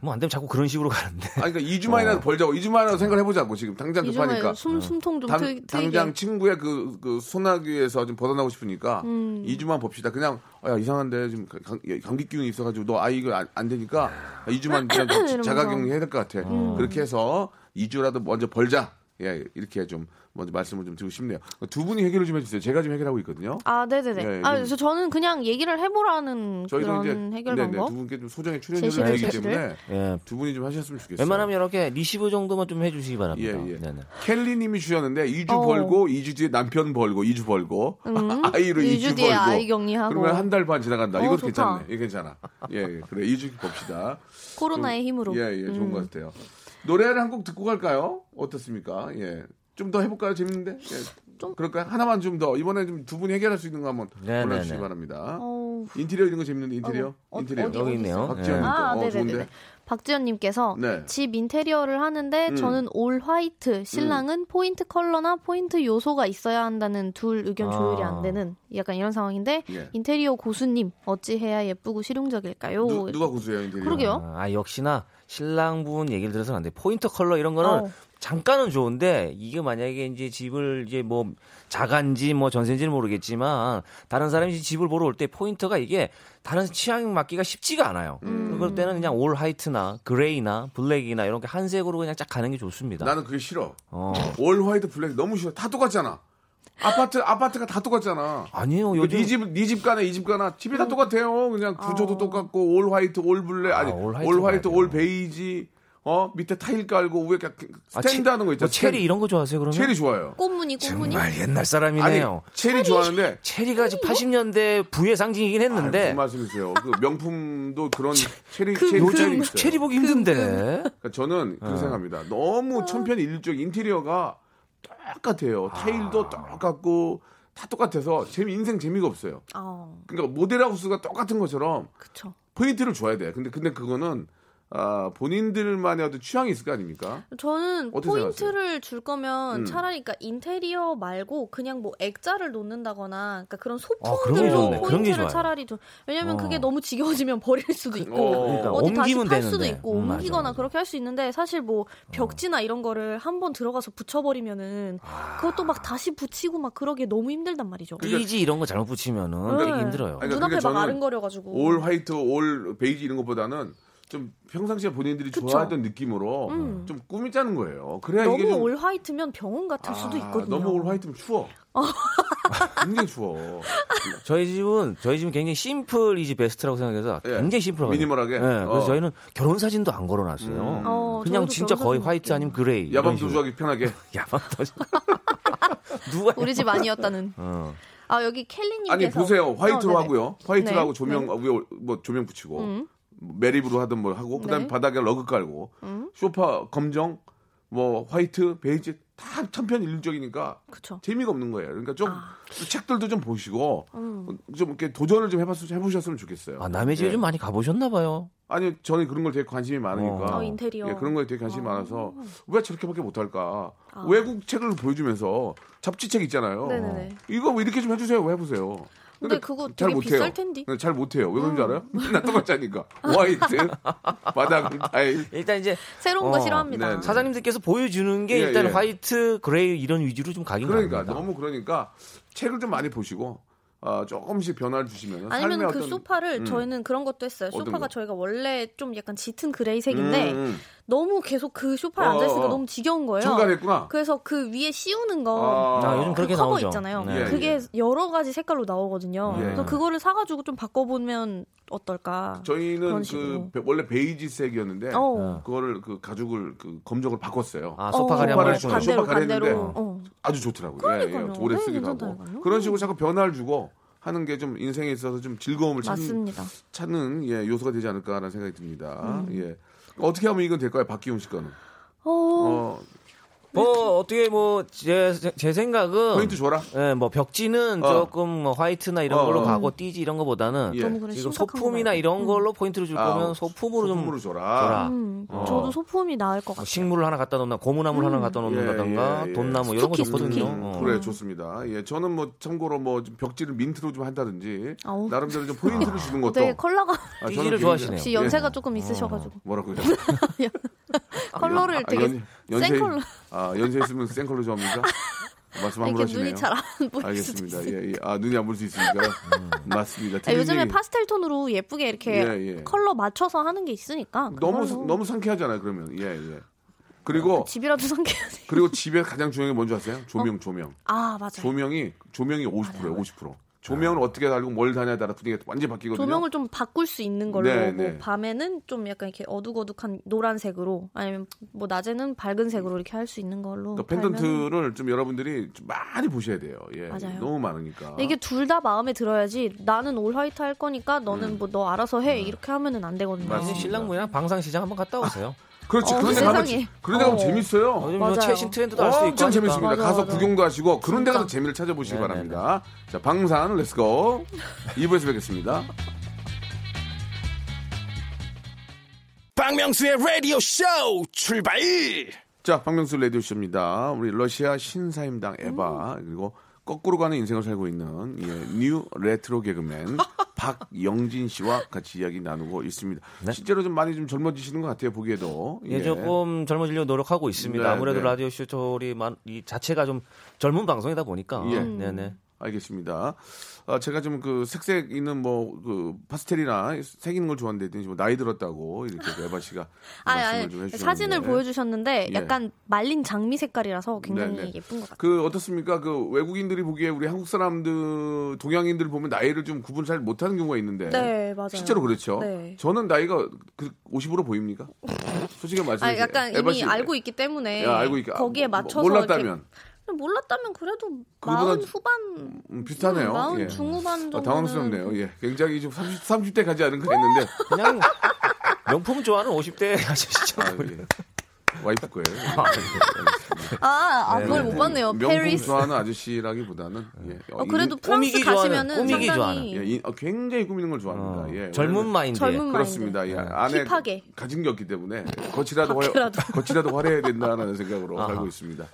S5: 뭐 안 되면 자꾸 그런 식으로 가는데.
S1: 아니 그러니까 2주만이라도 벌자고 2주만이라도 생각해보자고 지금 당장 급하니까.
S6: 이주만 숨 숨통 좀
S1: 당,
S6: 트이게.
S1: 당장 친구의 그, 그 소나기에서 좀 벗어나고 싶으니까
S6: 음.
S1: 이 2주만 봅시다. 그냥 어, 야 이상한데 지금 감, 감기 기운이 있어가지고 너 아이 이거 안, 안 되니까
S5: 네.
S1: 2주만 그냥 좀
S6: 아, 이러면서.
S1: 자가격리 해야 될 것 같아.
S5: 음.
S1: 그렇게 해서 2주라도 먼저 벌자. 예 이렇게 좀 먼저 말씀을 좀 드리고 싶네요. 두 분이 해결을 좀 해주세요. 제가 지금 해결하고 있거든요.
S6: 아, 네네네.
S1: 예,
S6: 아,
S1: 좀-
S6: 그래서 저는 그냥 얘기를 해보라는
S1: 저희도 이제
S6: 그런 해결
S1: 네네,
S6: 방법.
S1: 두 분께 좀 소정의 출연료를
S6: 제시를,
S1: 드리기
S6: 제시를.
S1: 때문에
S5: 예.
S1: 두 분이 좀 하셨으면 좋겠어요.
S5: 웬만하면 이렇게 리시브 정도만 좀 해주시기 바랍니다.
S1: 그렇죠. 예, 예.
S5: 네네.
S1: 켈리님이 주셨는데 2주
S6: 어.
S1: 벌고 2주 뒤에 남편 벌고 2주 벌고 아이로 2주,
S6: 2주 뒤에
S1: 벌고
S6: 음. 아이 격리하고.
S1: 그러면 한 달 반 지나간다.
S6: 어,
S1: 이것도
S6: 좋다.
S1: 괜찮네. 이거 괜찮아. 예, 예. 그래 2주 봅시다.
S6: 코로나의
S1: 좀-
S6: 힘으로. 음.
S1: 예, 예, 좋은 것 같아요. 노래를 한 곡 듣고 갈까요? 어떻습니까? 예. 좀 더 해볼까요? 재밌는데? 예.
S6: 좀-
S1: 그럴까요? 하나만 좀 더. 이번에 좀 두 분이 해결할 수 있는 거 한번
S5: 네,
S1: 골라주시기
S5: 네, 네.
S1: 바랍니다.
S6: 어우,
S1: 인테리어 이런 거 재밌는데 인테리어?
S6: 어,
S1: 인테리어.
S6: 어디,
S5: 여기 있네요.
S1: 박지현 님.
S5: 예.
S1: 아,
S6: 아,
S1: 어,
S6: 네네네. 어,
S1: 좋은데?
S6: 박지연님께서
S1: 네.
S6: 집 인테리어를 하는데
S1: 음.
S6: 저는 올 화이트, 신랑은 포인트 컬러나 포인트 요소가 있어야 한다는 둘 의견 조율이
S5: 아.
S6: 안 되는 약간 이런 상황인데
S1: 예.
S6: 인테리어 고수님 어찌해야 예쁘고 실용적일까요?
S1: 누, 누가 고수예요, 인테리어?
S6: 그러게요.
S5: 아, 역시나 신랑분 얘기를 들어서는 안 돼. 포인트 컬러 이런 거는
S6: 어.
S5: 잠깐은 좋은데 이게 만약에 이제 집을 이제 뭐 자간지 뭐 전세인지는 모르겠지만 다른 사람이 이제 집을 보러 올 때 포인트가 이게 다른 취향 맞기가 쉽지가 않아요. 그럴 때는 그냥 올 화이트나 그레이나 블랙이나 이런 게 한색으로 그냥 쫙 가는 게 좋습니다.
S1: 나는 그게 싫어.
S5: 어.
S1: 올 화이트 블랙 너무 싫어. 다 똑같잖아. 아파트 아파트가 다 똑같잖아.
S5: 아니에요. 요즘 음. 어.
S1: 네 집, 네집 가나 이 집 가나 집이 다 똑같아요. 그냥 구조도 똑같고 올 화이트, 올 블랙 아니
S5: 아,
S1: 올
S5: 올 화이트
S1: 화이트, 올,
S5: 봐야 돼요.
S1: 베이지 어 밑에 타일 깔고 위에 이렇게
S5: 아,
S1: 스탠드
S5: 체-
S1: 하는 거 있잖아.
S5: 뭐 체리 이런 거 좋아하세요? 그러면
S1: 체리 좋아요.
S6: 꽃무늬, 꽃무늬.
S5: 정말 옛날
S1: 아니
S5: 사람이네요.
S1: 체리 좋아하는데
S5: 체리가 지금 80년대 부의 상징이긴 했는데
S1: 무슨 말씀이세요? 그 명품도 그런 체리
S6: 그
S1: 체리
S5: 요즘
S1: 스타일이 있어요.
S5: 체리 어. 보기 힘든데.
S1: 그러니까 저는 그렇게 생각합니다.
S5: 어.
S1: 너무 천편일률적 인테리어가 똑같아요. 테일도 똑같고 다 똑같아서 재미 인생 재미가 없어요.
S6: 어,
S1: 그러니까 모델하우스가 똑같은 것처럼
S6: 그쵸.
S1: 포인트를 줘야 돼. 근데 근데 그거는 아, 본인들만의 어떤 취향이 있을 거 아닙니까?
S6: 저는
S1: 어떻게
S6: 포인트를 줄 거면
S1: 음.
S6: 차라리 그러니까 인테리어 말고 그냥 뭐 액자를 놓는다거나 그러니까 그런
S5: 아, 그런 게
S6: 소품들로
S1: 좋네.
S5: 그런 게
S6: 포인트를
S5: 좋아요.
S6: 차라리 좀 왜냐면
S5: 어.
S6: 그게 너무 지겨워지면 버릴 수도
S1: 어.
S6: 있고
S1: 그러니까
S6: 어디 다시
S5: 옮기면
S6: 팔 수도
S5: 되는데.
S6: 있고
S5: 음, 맞아,
S6: 옮기거나
S5: 맞아. 어.
S6: 그렇게 할 수 있는데 사실 뭐 벽지나 이런 거를 한번 들어가서 붙여버리면은
S5: 아.
S6: 그것도 막 다시 붙이고 막 그러기 너무 힘들단 말이죠.
S5: 띠지 이런 거 잘못 붙이면은
S6: 네.
S5: 되게 힘들어요.
S1: 그러니까 아니, 그러니까
S6: 눈앞에
S1: 그게
S6: 막
S1: 저는
S6: 아른거려가지고
S1: 올 화이트, 올 베이지 이런 것보다는 좀 평상시에 본인들이
S6: 그쵸. 음.
S1: 좋아하던 느낌으로 좀 꾸미자는 거예요. 그래야 이게
S6: 너무
S1: 좀
S6: 올 화이트면 병원 같을 수도
S1: 아,
S6: 있거든요. 어.
S1: 너무 올 화이트면 추워. 굉장히 추워.
S5: 저희 집은 저희 집은 굉장히 심플 이즈 베스트라고 생각해서
S1: 예.
S5: 굉장히 심플하게
S1: 미니멀하게?
S5: 그래서
S1: 어. 음.
S5: 저희는 결혼 사진도 안 걸어놨어요.
S6: 어,
S5: 음, 그냥
S6: 저희도
S5: 진짜
S6: 결혼
S5: 거의
S6: 사진
S5: 화이트 아니면 그레이.
S1: 야밤
S5: 이런 식으로.
S1: 도주하기 편하게.
S5: 야밤 도주. 누가
S6: 우리 집 아니었다는.
S5: 어.
S6: 아 여기 켈리님께서
S1: 아니 보세요. 화이트로
S6: 어, 네네.
S1: 하고요. 화이트로
S6: 네.
S1: 하고 조명 위에 올- 뭐 조명 붙이고
S6: 음,
S1: 뭐 매립으로 하든 뭘 하고 그다음에
S6: 네.
S1: 바닥에 러그 깔고 소파 검정 뭐 화이트 베이지 다 천편일률적이니까
S6: 그쵸.
S1: 재미가 없는 거예요. 그러니까 좀 책들도 좀 보시고
S6: 음,
S1: 좀 이렇게 도전을 좀 해봤, 해보셨으면 좋겠어요.
S5: 아, 남의 집에
S1: 예.
S5: 좀 많이 가보셨나 봐요.
S1: 아니 저는 그런 걸 되게 관심이 많으니까
S6: 어, 인테리어.
S1: 예, 그런 거에 되게 관심이 많아서 왜 저렇게밖에 못할까 외국 책을 보여주면서 잡지책 있잖아요
S6: 아. 네네네.
S1: 이거 뭐 이렇게 좀 해주세요 해보세요
S6: 근데 그거
S1: 잘
S6: 되게
S1: 못해요.
S6: 비쌀 텐데. 음.
S1: 네, 잘 못해요 왜 그런지 알아요? 맨날 똑같다니까 화이트 바닥은 타일
S5: 일단 이제
S6: 새로운 거
S5: 어,
S6: 싫어합니다.
S1: 네네.
S5: 사장님들께서 보여주는 게
S1: 음. 예,
S5: 일단
S1: 예.
S5: 화이트, 그레이 이런 위주로 좀 가긴
S1: 그러니까
S5: 갑니다.
S1: 너무 그러니까 책을 좀 많이 보시고 어, 조금씩 변화를 주시면
S6: 아니면
S1: 삶의
S6: 그
S1: 어떤
S6: 소파를
S1: 음.
S6: 저희는 그런 것도 했어요.
S1: 어떤
S6: 소파가
S1: 거?
S6: 저희가 원래 좀 약간 짙은 그레이색인데
S1: 음, 음.
S6: 너무 계속 그 소파에
S1: 어,
S6: 앉아 있으니까
S1: 어.
S6: 너무 지겨운 거예요.
S1: 청가됐구나
S6: 그래서 그 위에 씌우는 거
S1: 아,
S5: 아, 요즘
S6: 그
S5: 그렇게
S6: 커버
S5: 나오죠.
S6: 있잖아요.
S5: 네.
S1: 예,
S6: 그게 여러 가지 색깔로 나오거든요.
S1: 예.
S6: 그래서 그거를 사가지고 좀 바꿔보면 어떨까?
S1: 저희는
S6: 그런
S1: 그
S6: 식으로.
S1: 베- 원래 베이지색이었는데
S6: 어.
S1: 그거를 그 가죽을 그 검정을 바꿨어요.
S5: 네. 아, 소파 가리 한번
S1: 소파를 좀-
S5: 해주는 거.
S6: 반대로
S1: 소파 가리
S6: 반대로.
S1: 했는데.
S6: 어.
S1: 아주 좋더라고요. 예,
S6: 그러니까요.
S1: 오래
S6: 네,
S1: 쓰기도 하고
S6: 괜찮다니까요.
S1: 그런 식으로 자꾸 변화를 주고 하는 게 좀 인생에 있어서 좀 즐거움을 찾는,
S6: 맞습니다.
S1: 찾는 예, 요소가 되지 않을까라는 생각이 듭니다.
S6: 음.
S1: 예. 어떻게 하면 이건 될까요, 박기훈 씨 거는?
S6: 어,
S1: 어,
S5: 뭐 어떻게 뭐 제 제 생각은
S1: 포인트 어, 줘라.
S5: 예, 뭐 벽지는
S1: 어.
S5: 조금 뭐 화이트나 이런
S1: 어,
S5: 걸로
S1: 어.
S5: 가고 띠지 이런 거보다는
S1: 예.
S6: 너무 그래
S5: 지금
S6: 심각한 거
S5: 소품이나
S6: 말고.
S5: 이런 걸로 포인트를 줄
S1: 아,
S5: 거면 소품으로,
S1: 소품으로
S5: 좀
S1: 줘라.
S5: 줘라. 뭐
S6: 음,
S1: 어.
S6: 저도 소품이 나을 것 같아요.
S5: 식물을 하나 갖다 놓나 고무나무를 하나 갖다 놓는다던가
S1: 예, 예, 예.
S5: 돈나무 이런 거
S6: 음. 스투키, 스투키.
S5: 좋거든요.
S1: 음,
S5: 어.
S1: 그래 좋습니다. 예, 저는 뭐 참고로 뭐좀 벽지를 민트로 좀 한다든지
S6: 아우. 어.
S1: 나름대로 좀 포인트를 주는 것도
S6: 되게 컬러가
S1: 아, 저는
S5: 띠지를
S1: 개인적으로-
S5: 좋아하시네요. 어.
S6: 혹시
S1: 예.
S6: 연세가 조금 있으셔가지고
S1: 뭐라고요?
S6: 컬러를 되게 센 컬러
S1: 아 연세 있으면 센 컬러 좋아합니까? 말씀 함부로
S6: 이렇게
S1: 하시네요.
S6: 눈이 잘 안 보일 수도
S1: 알겠습니다.
S6: 있어요.
S1: 예, 예. 아 눈이 안 보일 수 있으니까 맞습니다.
S6: 아, 요즘에
S1: 대리님이
S6: 파스텔 톤으로 예쁘게
S1: 네,
S6: 이렇게
S1: 예, 예.
S6: 컬러 맞춰서 하는 게 있으니까
S1: 너무
S6: 그걸로.
S1: 너무 상쾌하잖아요. 그러면 예 예. 그리고
S6: 집이라도 상쾌하지.
S1: 그리고 집에 가장 중요한 게 뭔지 아세요? 조명 조명
S6: 아 맞아요. 네.
S1: 조명이 조명이 50%예요. 50%. 조명을 어떻게 달고 뭘 다냐에 따라 분위기가 완전히 바뀌거든요.
S6: 조명을 좀 바꿀 수 있는 걸로
S1: 네,
S6: 뭐
S1: 네.
S6: 밤에는 좀 약간 이렇게 어둑어둑한 노란색으로 아니면 뭐 낮에는 밝은 색으로 이렇게 할 수 있는 걸로
S1: 그러니까
S6: 팔면은-
S1: 펜던트를 좀 여러분들이 좀 많이 보셔야 돼요. 예.
S6: 맞아요.
S1: 너무 많으니까.
S6: 근데 이게 둘 다 마음에 들어야지 나는 올 화이트 할 거니까 너는 뭐 너 알아서 해 이렇게 하면은 안 되거든요.
S5: 이제
S1: 음. 맞습니다.
S5: 신랑 분이랑 방방시장 한번 갔다 오세요.
S1: 그렇지.
S6: 어,
S1: 그런데 가면
S6: 세상에.
S1: 그런데 가면
S6: 어.
S1: 재밌어요.
S5: 요즘 뭐
S6: 맞아요.
S5: 최신 트렌드도 알 수 있고
S1: 엄청
S5: 하니까.
S1: 재밌습니다.
S6: 맞아,
S1: 가서
S6: 맞아.
S1: 구경도 하시고 그런 데 가서
S6: 진짜.
S1: 재미를 찾아보시기
S5: 네네네.
S1: 바랍니다. 자, 방산 렛츠고. 2부에서 뵙겠습니다.
S2: 박명수의 라디오 쇼 출발
S1: 자, 박명수 레디오 쇼입니다. 우리 러시아 신사임당 에바 그리고 거꾸로 가는 인생을 살고 있는 예, 뉴 레트로 개그맨 박영진 씨와 같이 이야기 나누고 있습니다.
S5: 네.
S1: 실제로 좀 많이 좀 젊어지시는 것 같아요 보기에도.
S5: 예, 조금 젊어지려고 노력하고 있습니다.
S1: 네,
S5: 아무래도
S1: 네.
S5: 라디오 쇼철이 만- 이 자체가 좀 젊은 방송이다 보니까.
S1: 예.
S5: 네네.
S1: 알겠습니다. 아, 제가 좀 그 색색 있는 뭐 그 파스텔이나 색 있는 걸 좋아하는데 뭐 나이 들었다고 이렇게 또 에바 씨가
S6: 아니,
S1: 말씀을
S6: 아니,
S1: 좀 해주셨는데.
S6: 사진을 보여주셨는데
S1: 예.
S6: 약간 말린 장미 색깔이라서 굉장히
S1: 네, 네.
S6: 예쁜 것 같아요.
S1: 그 어떻습니까? 그 외국인들이 보기에 우리 한국 사람들 동양인들 보면 나이를 좀 구분 잘 못하는 경우가 있는데
S6: 네, 맞아요.
S1: 실제로 그렇죠.
S6: 네.
S1: 저는 나이가 그 50으로 보입니까? 솔직히 말씀해
S6: 아니,
S1: 주세요.
S6: 약간
S1: 에바
S6: 이미
S1: 씨,
S6: 알고 있기 때문에
S1: 야, 알고 있- 아,
S6: 거기에
S1: 뭐,
S6: 맞춰서
S1: 몰랐다면
S6: 이렇게- 몰랐다면 그래도
S1: 그거보다
S6: 마흔 후반
S1: 음, 비슷하네요.
S6: 마흔
S1: 예.
S6: 중후반 정도
S1: 아, 당황스럽네요. 예, 굉장히 좀 30, 30대 가지 않은가 했는데
S5: 그냥 명품 좋아하는 50대 아저씨죠.
S1: 아, 예. 와이프 거예요.
S6: 아, 아 그걸
S1: 네, 네.
S6: 못 봤네요.
S1: 명품
S6: 페리스.
S1: 좋아하는 아저씨라기보다는
S5: 네.
S1: 예.
S6: 어, 그래도
S1: 이-
S6: 프랑스
S5: 꾸미기 좋아하는,
S6: 가시면은
S5: 꾸미기
S6: 상당히
S1: 예, 이- 어, 굉장히 꾸미는 걸 좋아합니다.
S5: 어,
S1: 예,
S5: 젊은 네.
S1: 원래는
S5: 마인드.
S6: 젊은 마인드.
S1: 그렇습니다. 예, 안에
S6: 힙하게.
S1: 가진 게 없기 때문에 거치라도 화려,
S6: 밖에라도.
S1: 거치라도 화려해야 된다라는 생각으로
S5: 아하.
S1: 살고 있습니다.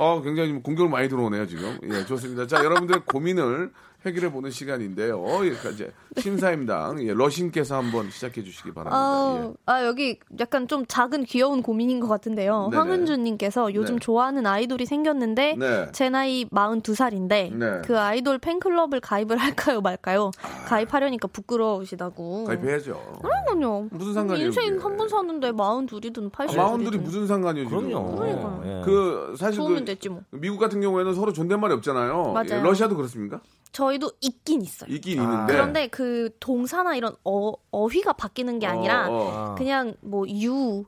S1: 어, 굉장히 지금 공격을 많이 들어오네요 지금. 예, 좋습니다. 자, 여러분들의 고민을 해결해 보는 시간인데요. 예, 그러니까 이제
S6: 네.
S1: 심사임당 예, 러신께서 한번 시작해 주시기 바랍니다.
S6: 아, 아, 여기 약간 좀 작은 귀여운 고민인 것 같은데요.
S1: 네네.
S6: 황은주님께서 요즘
S1: 네.
S6: 좋아하는 아이돌이 생겼는데
S1: 네.
S6: 제 나이 42살인데
S1: 네.
S6: 그 아이돌 팬클럽을 가입을 할까요 말까요? 가입하려니까 부끄러우시다고.
S1: 예.
S6: 어.
S1: 가입해야죠.
S6: 그럼요.
S1: 무슨 상관이에요,
S6: 인생
S1: 그게? 아,
S6: 한 번 사는데 42든 80이든.
S1: 마흔들이 무슨 상관이에요 지금? 어.
S6: 그러니까.
S5: 그럼요.
S6: 네.
S5: 예.
S1: 그 사실
S6: 좋으면
S1: 그
S6: 됐지 뭐.
S1: 미국 같은 경우에는 서로 존댓말이 없잖아요.
S6: 맞아요.
S1: 예, 러시아도 그렇습니까?
S6: 저희도 있긴 있어요.
S1: 있긴 있는데.
S6: 그런데 그 동사나 이런 어, 어휘가 바뀌는 게 아니라
S1: 네. 어, 어.
S5: 아.
S6: 그냥 뭐 유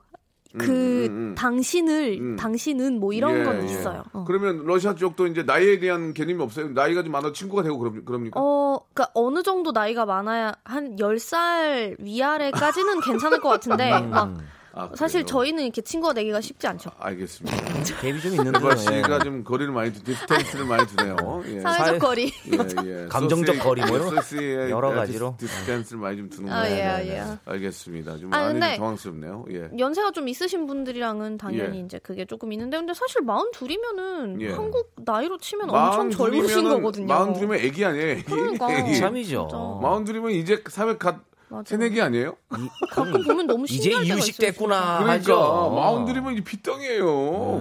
S1: 음,
S6: 그
S1: 음, 음.
S6: 당신을
S1: 음.
S6: 당신은 뭐 이런
S1: 예,
S6: 건
S1: 예.
S6: 있어요. 어.
S1: 그러면 러시아 쪽도 이제 나이에 대한 개념이 없어요? 나이가 좀 많아 친구가 되고 그럽, 그럽니까?
S6: 어, 그니까 어느 정도 나이가 많아야 한 10살 위아래까지는 괜찮을 것 같은데, 막,
S1: 아, 그래요?
S6: 사실 저희는 이렇게 친구가 되기가 쉽지 않죠.
S1: 알겠습니다.
S5: 갭이 좀 있는
S1: 에바
S5: 거예요.
S1: 씨가 좀 거리를 많이 두, 디스턴스를 많이 두네요. 예.
S6: 네. 사회적
S5: 사회-
S6: 거리.
S1: 예, 예.
S5: 감정적
S1: 소스의-
S5: 거리 뭐 이런 거.
S1: 소스의
S5: 여러
S1: 디스-
S5: 가지로.
S1: 디스턴스를 많이 좀 두는
S6: 아,
S1: 거예요.
S6: 예,
S1: 네,
S6: 예.
S1: 네. 알겠습니다. 좀
S6: 아,
S1: 많이 좀
S6: 근데-
S1: 당황스럽네요. 예.
S6: 연세가 좀 있으신 분들이랑은 당연히
S1: 예.
S6: 이제 그게 조금 있는데, 근데 사실 마흔 둘이면은
S1: 예.
S6: 한국 나이로 치면
S1: 마흔
S6: 엄청 젊으신
S1: 둘이면은-
S6: 거거든요.
S1: 마흔 둘이면 애기 아니에요? 애기?
S6: 그러니까.
S1: 애기.
S5: 예. 참이죠.
S6: 진짜.
S1: 마흔 둘이면 이제 사회 갓
S6: 맞아요.
S1: 새내기 아니에요?
S6: 가끔 보면 너무
S5: 이제
S6: 신기할 때가
S5: 이유식
S6: 있어요,
S5: 됐구나
S1: 그러니까
S5: 아, 하죠. 네.
S1: 마흔 둘이면 이제 피덩이에요.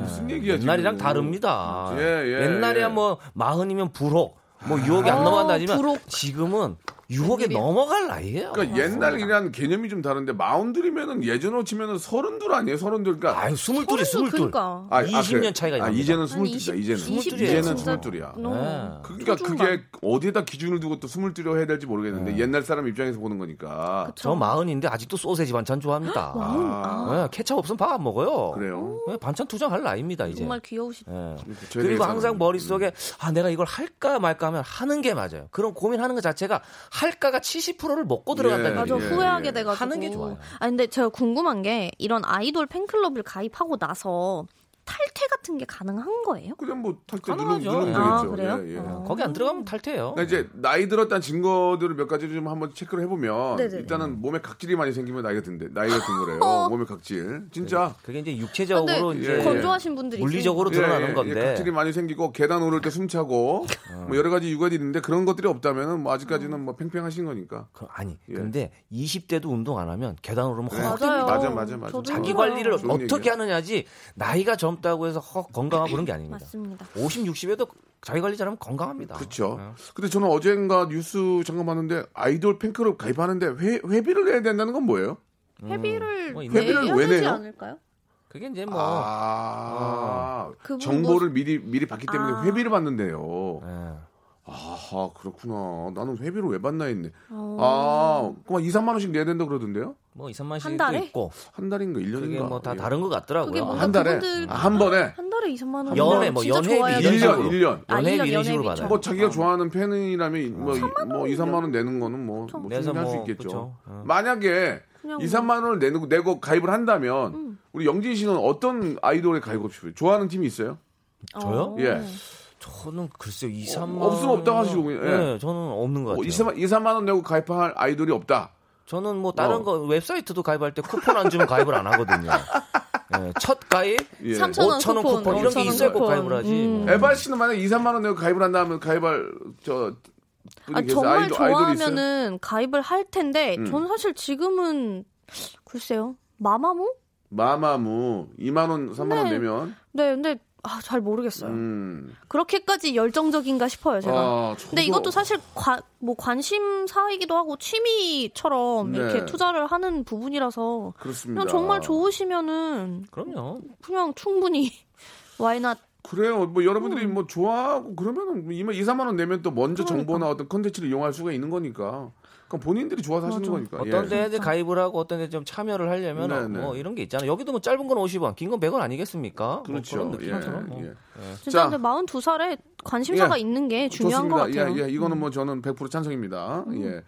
S1: 무슨 얘기야 지금?
S5: 옛날이랑 다릅니다.
S1: 예, 예,
S5: 옛날이야
S1: 예.
S5: 뭐 마흔이면 불혹, 뭐 유혹이 안
S6: 아,
S5: 넘어간다지만
S6: 불혹.
S5: 지금은 유혹에
S6: 웬일이야.
S5: 넘어갈 나이예요.
S1: 그러니까 옛날이란 개념이 좀 다른데 마운드리면은 예전으로 치면은 서른둘 아니에요? 서른둘 그러니까
S5: 아유 스물둘이
S6: 서른도
S5: 스물둘.
S6: 그러니까.
S1: 아, 아,
S5: 20년 차이가
S1: 아,
S5: 있는
S1: 이제는
S6: 한
S1: 스물둘이다. 이제는
S6: 20, 20
S1: 이제는
S6: 진짜.
S1: 스물둘이야.
S6: 너무
S5: 네.
S1: 그러니까
S6: 소중한.
S1: 그게 어디에다 기준을 두고 또 스물둘이라 해야 될지 모르겠는데
S5: 네.
S1: 옛날 사람 입장에서 보는 거니까
S5: 저 마흔인데 아직도 소세지 반찬 좋아합니다.
S6: 음,
S1: 아,
S5: 예, 케찹 없으면 밥 안 먹어요.
S1: 그래요. 음,
S5: 예, 반찬 투정할 나이입니다 이제.
S6: 정말 귀여우시다.
S5: 예.
S1: 저에
S5: 그리고
S1: 대해서는, 음.
S5: 항상 머릿속에 아 내가 이걸 할까 말까 하면 하는 게 맞아요. 그런 고민하는 것 자체가 할까가 70%를 먹고 들어간다는
S1: 예,
S5: 거죠.
S6: 맞아
S1: 예,
S6: 후회하게
S1: 예.
S6: 돼가지고
S5: 하는 게 좋아요.
S6: 아 근데 제가 궁금한 게 이런 아이돌 팬클럽을 가입하고 나서 탈퇴 같은 게 가능한 거예요?
S1: 그냥 뭐 탈퇴 누르면
S5: 가능하죠.
S1: 되겠죠.
S6: 아, 그래요?
S1: 예, 예.
S6: 어.
S5: 거기 안 들어가면 탈퇴예요.
S1: 그러니까 이제 나이 들었다는 증거들을 몇 가지 좀 한번 체크를 해보면
S6: 네네.
S1: 일단은 몸에 각질이 많이 생기면 나이가 든대 나이가 든 거래요. 몸에 각질 진짜
S5: 그게 이제
S6: 근데 그
S5: 육체적으로
S1: 예,
S5: 이제
S1: 예.
S6: 건조하신 분들이
S5: 네. 물리적으로
S6: 있으니까.
S5: 드러나는 건데. 어.
S1: 각질이 많이 생기고 계단 오를 때 숨차고 뭐 여러 가지 유가들이 있는데 그런 것들이 없다면은 뭐 아직까지는 뭐 팽팽하신 거니까
S5: 그럼 아니
S1: 예.
S5: 근데 20대도 운동 안 하면 계단 오르면
S1: 네.
S5: 헉
S6: 맞아요.
S1: 맞아, 맞아, 맞아.
S6: 저도
S5: 자기
S1: 맞아요.
S5: 관리를
S1: 좋은
S5: 어떻게
S1: 얘기예요.
S5: 하느냐지 나이가 젊다고 해서 헉 건강하고 그런 게 아닙니다.
S6: 맞습니다.
S5: 50, 60에도 자기 관리 잘하면 건강합니다.
S1: 그렇죠.
S5: 예.
S1: 근데 저는 어젠가 뉴스 잠깐 봤는데 아이돌 팬클럽 가입하는데 회, 회비를 내야 된다는 건 뭐예요?
S6: 회비를
S5: 뭐 이거-
S1: 회비를
S6: 내야
S1: 왜
S6: 되지
S1: 내요?
S6: 않을까요?
S5: 그게 이제 뭐
S1: 아,
S6: 그분
S1: 정보를 미리 미리 받기 때문에
S6: 아.
S1: 회비를 받는데요.
S5: 예.
S1: 아하 그렇구나. 나는 회비를 왜 받나 했네.
S6: 어.
S1: 아, 그만 2, 3만 원씩 내야 된다 그러던데요?
S5: 뭐 2, 3만
S6: 한
S5: 씩도
S6: 달에?
S5: 있고
S1: 한 달인가 일년인가
S5: 그게 뭐 다 다른 것
S6: 그게
S5: 같더라고요.
S6: 뭔가
S1: 한 달에
S6: 그분들-
S1: 아, 한 번에
S6: 한 달에 2천만 원.
S5: 연애, 뭐
S6: 진짜
S5: 연회비
S6: 좋아요.
S1: 일 년
S5: 식으로.
S1: 일년
S6: 아,
S5: 연회비
S6: 일 년,
S5: 이런 식으로
S6: 연회비
S5: 받아요.
S1: 뭐 자기가 좋아하는 팬이라면 뭐, 뭐 2, 3만 원 내는 거는 뭐, 뭐
S5: 그래서
S1: 충분히 할 수
S5: 뭐,
S1: 있겠죠.
S5: 그쵸. 어.
S1: 만약에
S6: 그냥 뭐 음.
S1: 2, 3만 원을 내고 내고 가입을 한다면 우리 영진 씨는 어떤 아이돌에 가입하고 싶어요? 좋아하는 팀이 있어요?
S5: 저요?
S1: 예.
S5: 저는 글쎄요, 2, 3만
S1: 어, 없으면 없다고 하시고 그냥, 예.
S5: 네, 저는 없는
S1: 뭐
S5: 것 같아요.
S1: 2, 3만, 2, 3만 원 내고 가입할 아이돌이 없다.
S5: 저는 뭐 다른
S1: 어.
S5: 거 웹사이트도 가입할 때 쿠폰 안 주면 가입을 안 하거든요. 예, 첫 가입,
S1: 예.
S6: 3,000원
S5: 5천 원 쿠폰 이런 게
S1: 5,000원
S5: 있어야 꼭
S6: 쿠폰.
S5: 가입을 하지.
S6: 음.
S1: 에바 씨는 만약 에 2, 3만 원 내고 가입을 한다면 가입할 저 분이
S6: 아,
S1: 계세요?
S6: 정말
S1: 아이돌- 아이돌이 있어요?
S6: 좋아하면은 가입을 할 텐데
S1: 음.
S6: 저는 사실 지금은 글쎄요 마마무?
S1: 마마무 2만 원, 3만 원
S6: 네.
S1: 내면
S6: 네, 근데 아, 잘 모르겠어요.
S1: 음.
S6: 그렇게까지 열정적인가 싶어요, 제가.
S1: 아, 저도-
S6: 근데 이것도 사실 관- 뭐 관심사이기도 하고 취미처럼
S1: 네.
S6: 이렇게 투자를 하는 부분이라서
S1: 그렇습니다.
S6: 그냥 정말 좋으시면은
S5: 그럼요.
S6: 그냥 충분히 와이낫
S1: 그래요. 뭐 여러분들이
S6: 음.
S1: 뭐 좋아하고 그러면은 뭐 2, 3만 원 내면 또 먼저
S6: 그러니까.
S1: 정보나 어떤 컨텐츠를 이용할 수가 있는 거니까. 그럼 본인들이 좋아서 하시는 거니까.
S5: 어떤
S1: 예.
S5: 데에 이제 가입을 하고 어떤 데에 좀 참여를 하려면
S1: 네,
S5: 뭐
S1: 네.
S5: 이런 게 있잖아요. 여기도 뭐 짧은 건 50원, 긴 건 100원 아니겠습니까?
S1: 그렇죠.
S5: 뭐 그런 느낌처럼. 뭐.
S1: 예. 예.
S6: 진짜
S1: 자.
S6: 근데 42살에 관심사가
S1: 예.
S6: 있는 게 중요한 것
S1: 좋습니다.
S6: 같아요. 음.
S1: 예, 예. 이거는 뭐 저는 100% 찬성입니다. 예.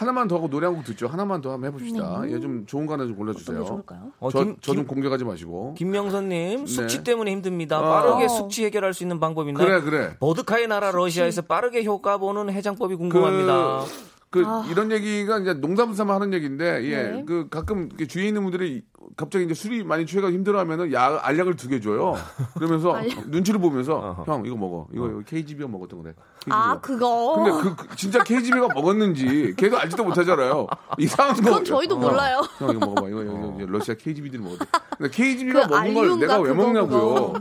S1: 하나만 더 하고 노래 한 곡 듣죠. 하나만 더 한번 해봅시다. 예, 좀 좋은 거 하나 좀
S6: 네. 어떤
S1: 골라주세요.
S6: 게 좋을까요?
S5: 어,
S1: 저,
S5: 김-
S1: 저 좀
S5: 김-
S1: 공격하지 마시고.
S5: 김명선님 숙취
S1: 네.
S5: 때문에 힘듭니다.
S1: 아.
S5: 빠르게
S6: 어.
S5: 숙취 해결할 수 있는 방법 있나요?
S1: 그래, 그래.
S5: 버드카의 나라 러시아에서 빠르게 효과 보는 해장법이 궁금합니다.
S1: 그 이런 얘기가 이제 농담 삼아 하는 얘기인데 예.
S6: 아. 네.
S1: 그 가끔 이렇게 주위에 있는 분들이 갑자기 이제 술이 많이 취해가 힘들어 하면은 약 알약을 두 개 줘요. 그러면서 눈치를 보면서 형 이거 먹어. 이거 KGB가 먹었던 거래.
S6: 아,
S1: KGB 가.
S6: 그거.
S1: 근데 그, 그 진짜 KGB가 먹었는지 걔도 알지도 못하잖아요. 이상한 거.
S6: 그건 저희도
S1: 어.
S5: 어.
S6: 몰라요.
S1: 형 이거 먹어봐. 이거, 이거, 이거 러시아 KGB들이 먹었대. 근데 KGB가
S6: 그
S1: 먹은 걸
S6: 알륜가
S1: 내가 왜
S6: 그거,
S1: 먹냐고요.
S6: 그거.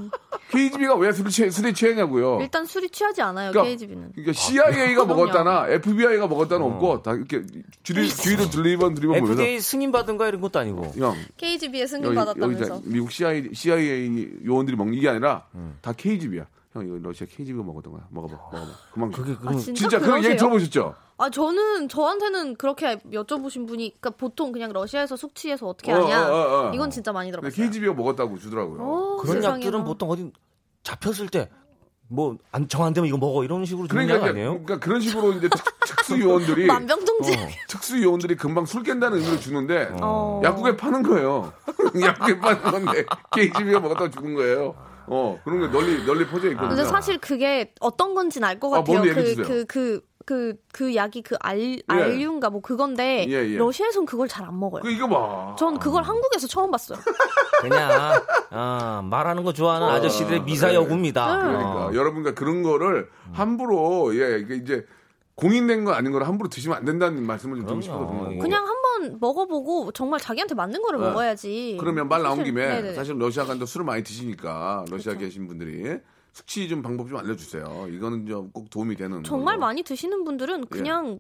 S1: KGB가 왜 술을 취해, 술에 취했냐고요.
S6: 일단 술이 취하지 않아요,
S1: 어. 그러니까-
S6: KGB는.
S1: 그러니까 CIA가
S6: 그럼요. 어.
S1: 먹었다나 FBI가 먹었다는 없고 다 이렇게 주위 주위를 들리번 들리번 보면서
S5: FDA 승인 받은 거 이런 것도 아니고.
S1: 형
S6: KGB에 승인
S1: 여기 여기
S6: 받았다면서.
S1: 다 미국 CIA CIA 요원들이 먹는 이게 아니라
S6: 음.
S1: 다 KGB야. 형 이거 러시아 KGB가 먹었던 거야. 먹어봐 먹어봐. 그만. 그게
S6: 아, 진짜,
S1: 진짜 그런
S6: 그러세요?
S1: 얘기 들어보셨죠?
S6: 아, 저는 저한테는 그렇게 여쭤보신 분이 그러니까 보통 그냥 러시아에서 숙취해서 어떻게
S1: 어,
S6: 하냐.
S1: 어, 어, 어.
S6: 이건 진짜 많이
S1: 근데
S6: 들어봤어요.
S1: KGB가 먹었다고 주더라고요.
S6: 오,
S5: 그런
S6: 세상에나.
S5: 약들은 보통 어디 잡혔을 때뭐정 안 되면 이거 먹어 이런 식으로 주는
S1: 그러니까
S5: 약
S1: 이제
S5: 아니에요?
S1: 그러니까 그런 식으로 이제 특수 요원들이
S6: 만병통제.
S1: 어. 특수 요원들이 금방 술 깬다는 의미를 주는데
S6: 어.
S1: 약국에 파는 거예요. 약국에 파는 건데 KGB가 먹었다고 죽은 거예요. 어 그런 게 널리 널리 퍼져 있거든요.
S6: 근데 사실 그게 어떤 건지는 알 것
S1: 어. 아,
S6: 같아요.
S1: 뭔지
S6: 그,
S1: 얘기해주세요.
S6: 그, 그, 그, 그 약이 그 알, 알륜가 뭐 그건데,
S1: 예, 예.
S6: 러시아에선 그걸 잘 안 먹어요.
S1: 그 아. 이거 봐.
S6: 전 그걸 한국에서 처음 봤어요.
S5: 그냥 아, 말하는 거 좋아하는 아저씨들의 미사여구입니다.
S1: 어, 그러니까 여러분과 그런 거를 함부로 예 이게 이제 공인된 거 아닌 거를 함부로 드시면 안 된다는 말씀을 좀 드리고
S5: 그럼요.
S1: 싶거든요.
S6: 그냥 한번 먹어보고 정말 자기한테 맞는 거를 먹어야지.
S1: 그러면 말 나온
S6: 사실-
S1: 김에
S6: 네네. 그렇죠.
S1: 사실 러시아 간다 술을 많이 드시니까 러시아 계신 분들이 숙취 좀 방법 좀 알려주세요. 이거는 좀 꼭 도움이 되는 걸로.
S6: 정말
S1: 예.
S6: 많이 드시는 분들은 그냥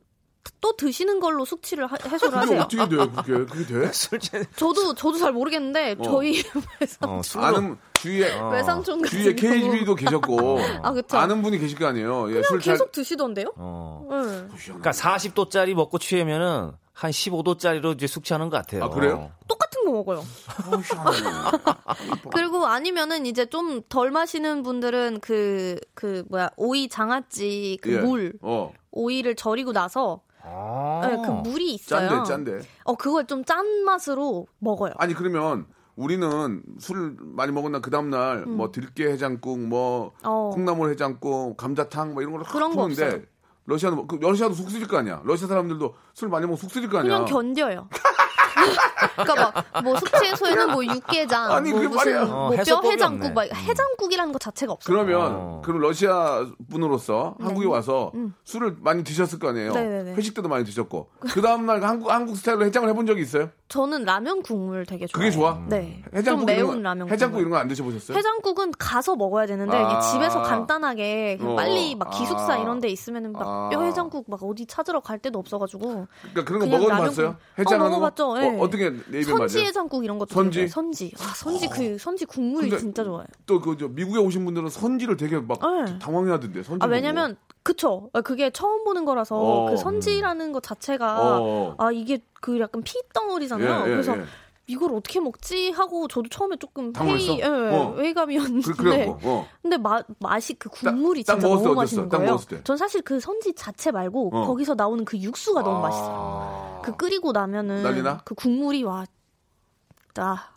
S6: 또 드시는 걸로 숙취를 하- 해소를
S1: 그게
S6: 하세요.
S1: 어떻게 돼요? 그게 그게 돼?
S5: 술 취-
S6: 저도 저도 잘 모르겠는데 저희 외삼
S5: 어, 술로.
S1: 어. 아는 주위에
S6: 외삼촌 같은
S1: 주위에
S6: 경우
S1: KB도 계셨고
S6: 아, 그쵸.
S1: 아는 분이 계실 거 아니에요. 예,
S6: 그냥
S1: 술 잘-
S6: 계속 드시던데요.
S5: 어.
S6: 예.
S5: 그러니까 40도짜리 먹고 취하면은 한 15도짜리로 이제 숙취하는 것 같아요.
S1: 아, 그래요?
S6: 똑같은 거 먹어요.
S1: 어, 희한하네.
S6: 그리고 아니면은 이제 좀 덜 마시는 분들은 그 그 뭐야 오이 장아찌
S1: 예.
S6: 그 물
S1: 어.
S6: 오이를 절이고 나서
S5: 아.
S6: 예, 그 물이 있어요.
S1: 짠데 짠데.
S6: 어 그걸 좀 짠 맛으로 먹어요.
S1: 아니 그러면 우리는 술 많이 먹은 날그 다음 날 뭐 들깨 해장국 뭐
S6: 어.
S1: 콩나물 해장국 감자탕 뭐 이런 걸로
S6: 그런
S1: 확
S6: 거
S1: 푸는데
S6: 없어요.
S1: 러시아는 뭐- 그 러시아도 속쓰릴 거 아니야. 러시아 사람들도 술 많이 먹으면 속쓰릴 거 아니야.
S6: 그냥 견뎌요. 그러니까 막 뭐 숙취 해소에는 뭐 육개장,
S1: 아니,
S6: 뭐
S1: 그게 말이야.
S6: 무슨
S5: 어,
S6: 뭐 뼈
S5: 해소법이
S6: 해장국,
S5: 없네.
S6: 막 해장국이라는 것 자체가 없어요.
S1: 그러면
S5: 어.
S1: 그럼 러시아 분으로서 한국에 와서 술을 많이 드셨을 거 아니에요.
S6: 네. 음. 네네네.
S1: 회식 때도 많이 드셨고 그 다음 날 한국 한국 스타일로 해장을 해본 적이 있어요?
S6: 저는 라면 국물 되게 좋아해요.
S1: 그게 좋아?
S6: 네. 좀
S1: 해장국 이런
S6: 매운
S1: 거-
S6: 라면
S1: 해장국
S6: 국물.
S1: 이런 거 안 드셔보셨어요?
S6: 해장국은 가서 먹어야 되는데
S1: 아.
S6: 이게 집에서 간단하게 그냥
S1: 어.
S6: 빨리 막 기숙사
S1: 아.
S6: 이런 데 있으면은
S1: 아.
S6: 막뼈 해장국 막 어디 찾으러 갈 데도 없어가지고
S1: 그러니까 그런 거
S6: 그냥
S1: 먹어봤어요?
S6: 라면 국-
S1: 해장하는
S6: 어, 먹어봤죠.
S1: 거?
S6: 예.
S1: 어, 떻게내 입에
S6: 선지
S1: 맞아요?
S6: 해장국 이런 것도
S1: 선지?
S6: 되게 좋아해요. 선지 아 선지 그 선지 국물이
S1: 근데
S6: 진짜 좋아요.
S1: 또그 미국에 오신 분들은 선지를 되게 막
S6: 네.
S1: 당황해하던데 선지.
S6: 아
S1: 보고.
S6: 왜냐면 그쵸 아, 그게 처음 보는 거라서
S1: 음. 어.
S6: 그 선지라는 것 자체가
S1: 어.
S6: 아 이게 그 약간 피덩어리잖아요.
S1: 예, 예,
S6: 그래서
S1: 예.
S6: 이걸 어떻게 먹지 하고 저도 처음에 조금
S1: 당황했어?
S6: 회의, 예, 예,
S1: 어.
S6: 회의감이었는데
S1: 그, 그래갖고 어.
S6: 근데 마, 맛이 그 국물이
S1: 딱
S6: 진짜
S1: 먹었을 때
S6: 너무
S1: 어땠어?
S6: 맛있는
S1: 딱
S6: 거예요.
S1: 먹었을 때.
S6: 전 사실 그 선지 자체 말고
S1: 어. 아.
S6: 거기서 나오는 그 육수가 너무 맛있어요. 그 끓이고 나면은
S1: 난리나?
S6: 그 국물이 와 아, 나.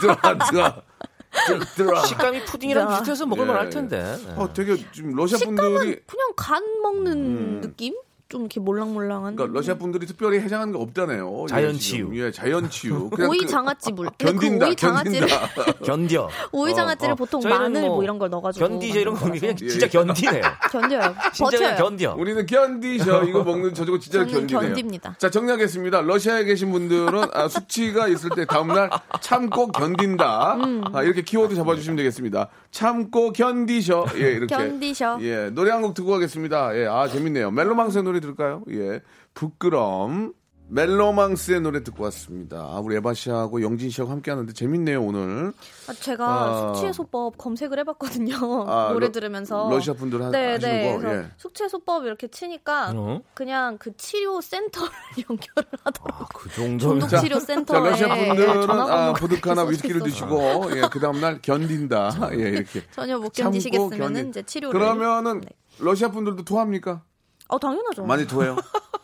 S1: 들어와 들어와 들어- 들어와.
S5: 식감이 푸딩이랑
S6: 야.
S5: 비슷해서
S1: 예,
S5: 먹을만 할
S1: 예.
S5: 텐데. 예.
S1: 어 되게 지금 러시아 분들이 음.
S6: 식감은 그냥 간 먹는 느낌? 좀 이렇게 몰랑몰랑한.
S1: 그러니까 러시아 분들이 특별히 해장하는 게 없잖아요. 예,
S5: 자연
S1: 지금.
S5: 치유.
S1: 예, 자연 치유. 그냥
S6: 오이
S1: 그-
S6: 장아찌 물. 근데
S1: 견딘다.
S6: 그 오이 장아찌를
S1: 견딘다.
S5: 견뎌.
S6: 오이 장아찌를
S5: 어.
S6: 보통
S5: 저희는
S6: 마늘 뭐,
S5: 뭐
S6: 이런 걸 넣어가지고
S5: 견디죠 이런 거 그냥
S1: 예,
S5: 진짜
S1: 예.
S5: 견디네요.
S6: 견뎌요.
S5: 진짜 그냥
S6: 버텨요.
S5: 견뎌.
S1: 우리는 견디셔. 이거 먹는 저저거 진짜
S6: 저는
S1: 견디네요.
S6: 견딥니다.
S1: 자, 정리하겠습니다. 러시아에 계신 분들은 아, 숙취가 있을 때 다음날 참고 견딘다.
S6: 음.
S1: 아, 이렇게 키워드 잡아주시면 되겠습니다. 참고 견디셔. 예, 이렇게.
S6: 견디셔.
S1: 예, 노래 한 곡 듣고 가겠습니다. 예, 아, 재밌네요. 멜로망스의 노래 들을까요? 예, 부끄럼. 멜로망스의 노래 듣고 왔습니다. 아, 우리 에바 씨하고 영진 씨하고 함께 하는데 재밌네요, 오늘.
S6: 아, 제가
S1: 아.
S6: 숙취해소법 검색을 해봤거든요.
S1: 아,
S6: 노래
S1: 러-
S6: 들으면서.
S1: 러시아 분들 하-
S6: 네,
S1: 하시는
S6: 네.
S1: 거.
S6: 그래서
S1: 예.
S6: 숙취해소법 이렇게 치니까
S5: 어?
S6: 그냥 그 치료 센터를 연결을 하더라고요.
S5: 그 정도면
S1: 아, 자,
S6: 중독치료
S1: 자,
S6: 센터에 네.
S1: 러시아 분들은
S6: 예, 전화가
S1: 아,
S6: 온거
S1: 보드카나
S6: 같아서
S1: 위스키를
S6: 있어서
S1: 드시고, 예, 그 다음날 견딘다. 예, 이렇게.
S6: 전혀 못
S1: 참고
S6: 견디시겠으면
S1: 견디-
S6: 은 이제 치료를
S1: 그러면은
S6: 네.
S1: 러시아 분들도 토합니까?
S6: 어 당연하죠.
S1: 많이 토해요.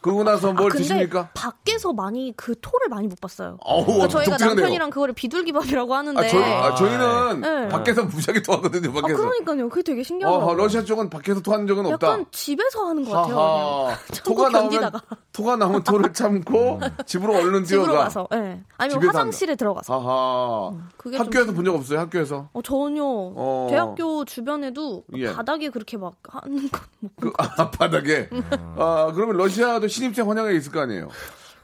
S1: 그러고 나서 뭘
S6: 아, 근데
S1: 드십니까?
S6: 밖에서 많이 그 토를 많이 못 봤어요.
S1: 어우,
S6: 그러니까 저희가
S1: 독특하네요.
S6: 남편이랑 그거를 비둘기밥이라고 하는데
S1: 아, 저희,
S6: 아,
S1: 아, 저희는
S6: 네. 아,
S1: 밖에서 무지하게 토하거든요. 밖에서.
S6: 그러니까요. 그게 되게
S1: 어,
S6: 신기하더라고요.
S1: 러시아 쪽은 밖에서 토한 적은 없다.
S6: 약간 집에서 하는 것 같아요.
S1: 하하.
S6: 그냥. 참고
S1: 토가 나오면
S6: 견디다가 음.
S1: 토가 나오면 토를 참고 집으로 얼른
S6: 집으로
S1: 뛰어가.
S6: 가서, 예. 아니면
S1: 집에서
S6: 화장실에 들어가서.
S1: 하하.
S6: 그게 좀
S1: 학교에서 본 적 없어요. 학교에서.
S6: 어, 전혀
S1: 어.
S6: 대학교 주변에도
S1: 예.
S6: 바닥에 그렇게 막 하는 건 못-
S1: 그
S6: 음.
S1: 아, 바닥에. 아, 그러면 러시아도 신입생 환영회 있을 거 아니에요.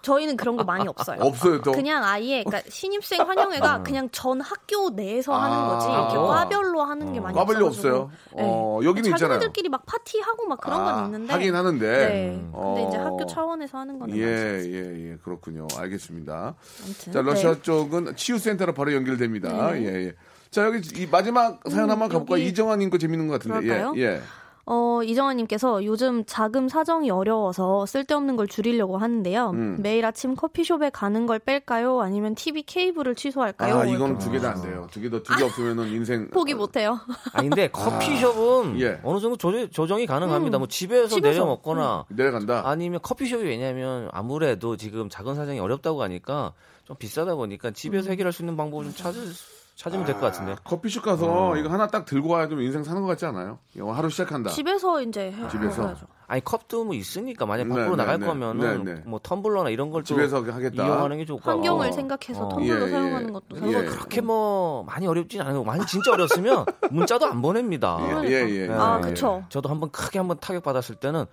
S6: 저희는 그런 거 많이 없어요.
S1: 없어요 또.
S6: 그냥 아예 그러니까 신입생 환영회가 그냥 전 학교 내에서 하는 거지
S1: 아.
S6: 이렇게 과별로 하는 게 많이
S1: 과별로
S6: 없어가지고. 예. 네. 뭐
S1: 없어요. 어, 여기는 있잖아요.
S6: 자기네들끼리 막 파티하고 막 그런
S1: 아,
S6: 건 있는데.
S1: 하긴 하는데.
S6: 네. 근데
S1: 어.
S6: 이제 학교 차원에서 하는 거는
S1: 예,
S6: 많지 않습니다.
S1: 예, 예. 그렇군요. 알겠습니다.
S6: 아무튼.
S1: 자, 러시아
S6: 네.
S1: 쪽은 치유센터로 바로 연결됩니다. 예, 예. 자, 여기 이 마지막 사연 한번 가볼까요?
S6: 음, 여기-
S1: 이정환님 거 재밌는 것 같은데.
S6: 그럴까요?
S1: 예, 예.
S6: 어, 이정아님께서 요즘 자금 사정이 어려워서 쓸데없는 걸 줄이려고 하는데요.
S1: 음.
S6: 매일 아침 커피숍에 가는 걸 뺄까요? 아니면 TV 케이블을 취소할까요?
S1: 아, 이건
S6: 이렇게.
S1: 두 개 다 안 돼요. 두 개 더, 두 개 없으면은 인생.
S6: 아, 포기 못해요.
S5: 아 근데 커피숍은
S1: 예.
S5: 어느 정도 조제- 조정이 가능합니다. 뭐 집에서,
S6: 음. 집에서. 음.
S5: 내려 먹거나
S1: 내려간다.
S5: 아니면 커피숍이 왜냐하면 아무래도 지금 작은 사정이 어렵다고 하니까 좀 비싸다 보니까 집에서
S6: 음.
S5: 해결할 수 있는 방법을 좀 찾을 찾으면 될 것 같은데.
S1: 커피숍 가서
S5: 어.
S1: 이거 하나 딱 들고 와야 좀 인생 사는 것 같지 않아요? 이거 하루 시작한다.
S6: 집에서 이제 해-
S1: 집에서. 어,
S6: 해야죠.
S5: 아니 컵도 뭐 있으니까 만약
S1: 네,
S5: 밖으로
S1: 네,
S5: 나갈
S1: 네.
S5: 거면은
S1: 네, 네.
S5: 뭐 텀블러나 이런 걸또
S1: 집에서 하겠다.
S5: 이용하는 게 좋을 것 같고.
S6: 환경을
S1: 어.
S6: 생각해서
S5: 어.
S6: 텀블러
S1: 예,
S6: 사용하는
S1: 예.
S6: 것도
S1: 예.
S6: 사용할
S5: 그렇게 뭐 많이 어렵진 않아요. 많이 진짜 어렸으면 문자도 안 보냅니다.
S1: 예, 예, 예.
S6: 아,
S1: 예.
S6: 그쵸.
S5: 저도 한번 크게 한번 타격 받았을 때는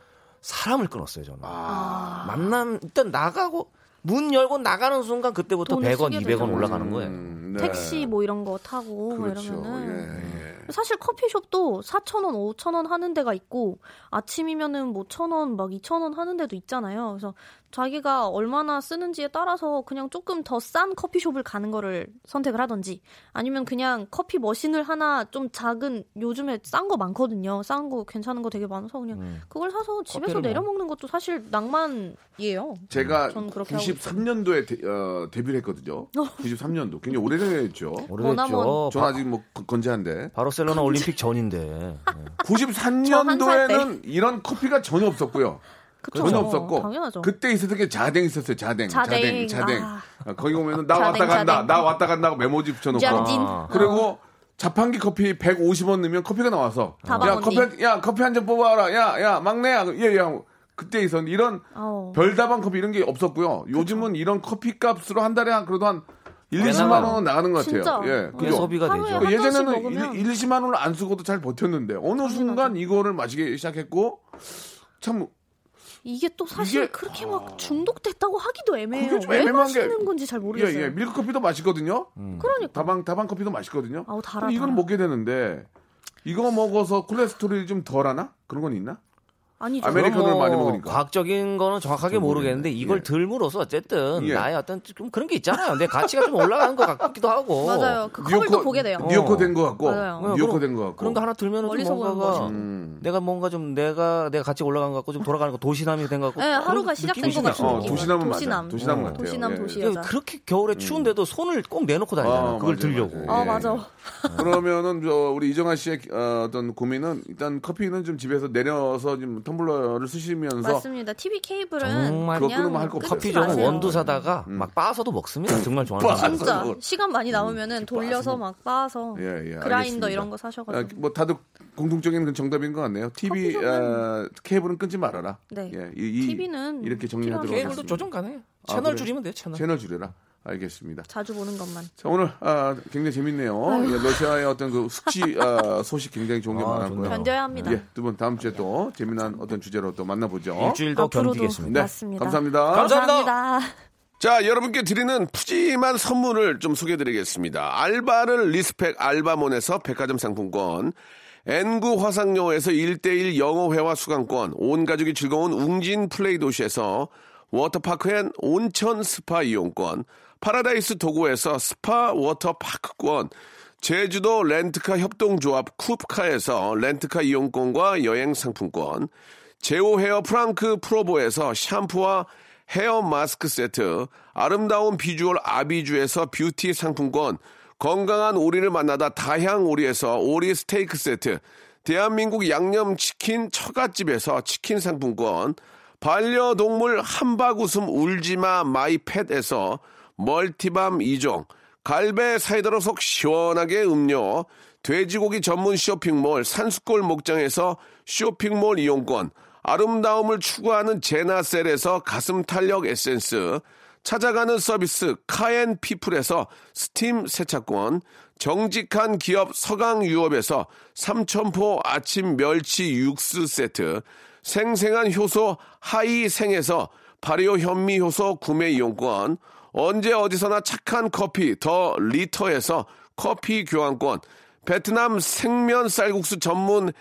S5: 사람을 끊었어요 저는.
S1: 아.
S5: 만남 일단 나가고 문 열고 나가는 순간 그때부터
S6: 돈을
S5: 100원,
S6: 쓰게
S5: 200원
S6: 되죠.
S5: 올라가는 거예요.
S1: 음, 네.
S6: 택시 뭐 이런 거 타고 막
S1: 그렇죠.
S6: 이러면은 음.
S1: 예, 예.
S6: 사실 커피숍도 4,000원, 5,000원 하는 데가 있고 아침이면은 뭐 1,000원 막 2,000원 하는 데도 있잖아요. 그래서 자기가 얼마나 쓰는지에 따라서 그냥 조금 더 싼 커피숍을 가는 거를 선택을 하든지 아니면 그냥 커피 머신을 하나 좀 작은 요즘에 싼 거 많거든요. 싼 거 괜찮은 거 되게 많아서 그냥 그걸 사서 집에서
S5: 커피를
S6: 내려 먹는 것도 사실 낭만이에요.
S1: 제가
S6: 전 음, 그렇게 하고
S1: 93년도에 데, 어, 데뷔를 했거든요. 93년도. 굉장히 오래전에 했죠.
S6: 어,
S5: 오래됐죠.
S6: 머나먼.
S1: 전 아직 뭐 그- 건재한데.
S5: 바르셀로나 올림픽 전인데. 예.
S6: 저한살
S1: 93년도에는 이런 커피가 전혀 없었고요.
S6: 그쵸?
S1: 전혀 없었고.
S6: 당연하죠.
S1: 그때 있었던 게 자댕 있었어요. 자댕. 자댕.
S6: 자댕,
S1: 자댕.
S6: 아.
S1: 아, 거기 보면은 나
S6: 자댕,
S1: 왔다 간다.
S6: 자댕.
S1: 나 왔다 간다고 메모지 붙여놓고.
S6: 자진.
S5: 아.
S1: 그리고 자판기 커피 150원 넣으면 커피가 나와서
S6: 어. 다방
S1: 야
S6: 언니.
S1: 커피 한- 야 커피 한 잔 뽑아라 야 야 막내야 예예 그때 있었 는데 이런
S6: 어.
S1: 별다방 커피 이런 게 없었고요 요즘은 이런 커피 값으로 한 달에 한 그래도 한 1, 20만 원 나가는 것 같아요
S6: 진짜.
S1: 예
S5: 그게
S1: 그죠
S5: 소비가
S6: 하루에
S5: 되죠.
S1: 그
S6: 한 잔씩
S1: 예전에는 1,
S6: 먹으면.
S1: 20만 원을 안 쓰고도 잘 버텼는데 어느 순간 이거를 마시기 시작했고 참 예,
S6: 이게 또 사실
S1: 이게- 아.
S6: 그렇게 막 중독됐다고 하기도 애매해요.
S1: 그게 좀
S6: 왜
S1: 애매한 게-
S6: 마시는 건지 잘
S1: 예예
S6: 모르겠어요.
S1: 밀크 커피도 맛있거든요
S6: 그러니까
S1: 다방 다방 커피도 맛있거든요
S6: 아우 달아.
S1: 근데 이거는 뭐
S6: 달아.
S1: 먹게 되는데 이거 먹어서 콜레스테롤이 좀 덜하나 그런 건 있나?
S6: 아니죠.
S1: 아메리- 아메리카노를
S5: 그럼
S1: 많이 먹으니까.
S5: 뭐 과학적인 거는 정확하게
S1: 잘 모르겠네.
S5: 모르겠는데 이걸
S1: 예.
S5: 들므로써 어쨌든
S1: 예.
S5: 나의 어떤 좀 그런 게 있잖아요. 내 가치가 좀 올라가는 것 같기도 하고.
S6: 맞아요. 그 컵을 또 보게 돼요.
S1: 어, 뉴욕커 된 것 같고,
S6: 맞아요.
S5: 어,
S1: 뉴욕커
S5: 그럼-
S1: 된 것 같고.
S5: 그런 거 하나 들면 은
S6: 멀리서 보는
S5: 뭔가가
S6: 거지.
S1: 음.
S5: 내가 뭔가 좀 내가 내가 같이 올라간 것 같고 좀 돌아가는 거 도시남이 된 것 같고.
S6: 네,
S5: 그런
S6: 하루가
S5: 느낌이
S6: 시작된 것
S5: 있어요.
S6: 같은
S1: 어,
S6: 느낌.
S1: 도시남은 맞아요.
S6: 도시남. 어,
S1: 도시남 같아요.
S6: 도시남
S1: 예.
S6: 도시
S5: 그러니까
S6: 여자.
S5: 그렇게 겨울에 추운데도 손을 꼭 내놓고 다니잖아.
S1: 음. 아,
S5: 그걸
S1: 맞아요,
S5: 들려고.
S1: 맞아요.
S6: 아
S1: 예.
S6: 맞아.
S1: 그러면은 저 우리 이정아 씨의 어, 어떤 고민은 일단 커피는 좀 집에서 내려서 좀 텀블러를 쓰시면서
S6: 맞습니다. TV 케이블은
S5: 정말
S1: 그거
S6: 그냥
S1: 끊으면 할거 없어요.
S5: 커피
S6: 끊지
S5: 저는
S6: 마세요.
S5: 원두 사다가 막 빠서도 먹습니다. 정말 좋아하는
S1: 음. 빠-
S5: 사람.
S6: 진짜
S1: 그거-
S6: 시간 많이 남으면은 돌려서 막 빻아서
S1: 음, 예, 예,
S6: 그라인더
S1: 알겠습니다.
S6: 이런 거
S1: 아,
S6: 사셔가지고
S1: 뭐 다들 공통적인 그 정답인 것 같네요. TV 어, 케이블은 끊지 말아라.
S6: 네.
S1: 예, 이, 이,
S6: TV는
S1: 이렇게 정리하도록
S6: 필요하죠.
S5: 케이블도
S1: 하겠습니다. 아,
S5: 조정 가능해. 채널
S1: 그래요?
S5: 줄이면 돼. 채널.
S1: 채널 줄여라. 알겠습니다.
S6: 자주 보는 것만.
S1: 자 오늘 아, 굉장히 재밌네요. 예, 러시아의 어떤 그 숙지 아, 소식 굉장히 좋은 게
S5: 아,
S1: 많았고요.
S5: 좋네요.
S6: 견뎌야 합니다.
S1: 예, 두 분 다음 주에 또 재미난 어떤 주제로 또 만나보죠.
S5: 일주일 더
S6: 앞으로도
S5: 견디겠습니다.
S1: 네,
S6: 맞습니다.
S1: 감사합니다.
S5: 감사합니다.
S6: 감사합니다.
S1: 자, 여러분께 드리는 푸짐한 선물을 좀 소개드리겠습니다. 알바를 리스펙 알바몬에서 백화점 상품권, N구 화상영어에서 1대1 영어회화 수강권, 온 가족이 즐거운 웅진 플레이 도시에서 워터파크 앤 온천 스파 이용권, 파라다이스 도구에서 스파 워터파크권, 제주도 렌트카 협동조합 쿱카에서 렌트카 이용권과 여행 상품권, 제오 헤어 프랑크 프로보에서 샴푸와 헤어 마스크 세트, 아름다운 비주얼 아비주에서 뷰티 상품권, 건강한 오리를 만나다 다향 오리에서 오리 스테이크 세트, 대한민국 양념치킨 처갓집에서 치킨 상품권, 반려동물 함박웃음 울지마 마이팻에서 멀티밤 2종, 갈배 사이다로 속 시원하게 음료, 돼지고기 전문 쇼핑몰 산수골 목장에서 쇼핑몰 이용권, 아름다움을 추구하는 제나셀에서 가슴 탄력 에센스, 찾아가는 서비스 카엔피플에서 스팀 세차권, 정직한 기업 서강유업에서 삼천포 아침 멸치 육수 세트, 생생한 효소 하이생에서 발효 현미 효소 구매 이용권, 언제 어디서나 착한 커피 더 리터에서 커피 교환권, 베트남 생면 쌀국수 전문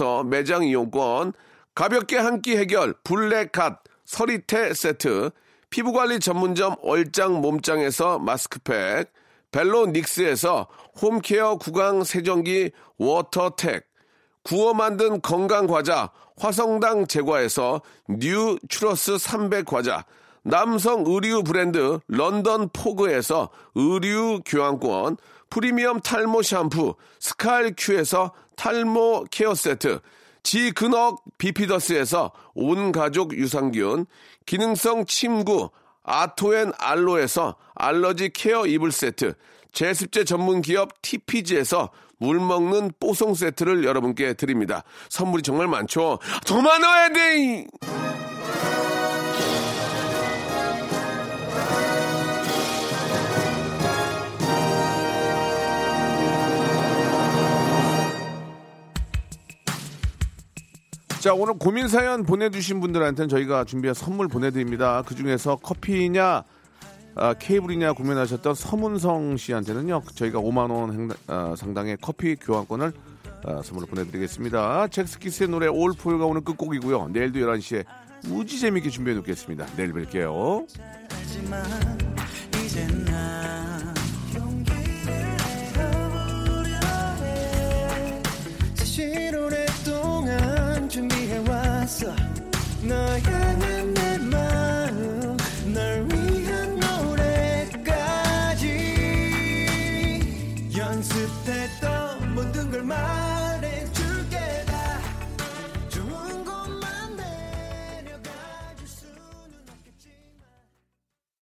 S1: 에머이에서 매장 이용권, 가볍게 한 끼 해결 블랙갓 서리태 세트, 피부관리 전문점 얼짱 몸짱에서 마스크팩, 벨로닉스에서 홈케어 구강 세정기 워터텍, 구워 만든 건강 과자 화성당 제과에서 뉴 추러스 300 과자 남성 의류 브랜드 런던 포그에서 의류 교환권 프리미엄 탈모 샴푸 스칼큐에서 탈모 케어 세트 지근억 비피더스에서 온 가족 유산균 기능성 침구 아토앤 알로에서 알러지 케어 이불 세트, 제습제 전문 기업 TPG에서 물 먹는 뽀송 세트를 여러분께 드립니다. 선물이 정말 많죠? 더 많아야 돼! 자, 오늘 고민 사연 보내주신 분들한테는 저희가 준비한 선물 보내드립니다. 그 중에서 커피냐, 아, 케이블이냐 고민하셨던 서문성 씨한테는요 저희가 5만 원 행- 아, 상당의 커피 교환권을 아, 선물로 보내드리겠습니다. 잭스키스의 노래 올포유가 오늘 끝곡이고요. 내일도 11시에 무지 재밌게 준비해 놓겠습니다. 내일 뵐게요.
S7: 사실 오랫동안 준비해왔어 너의 내 마음 널 위한 노래까지 연습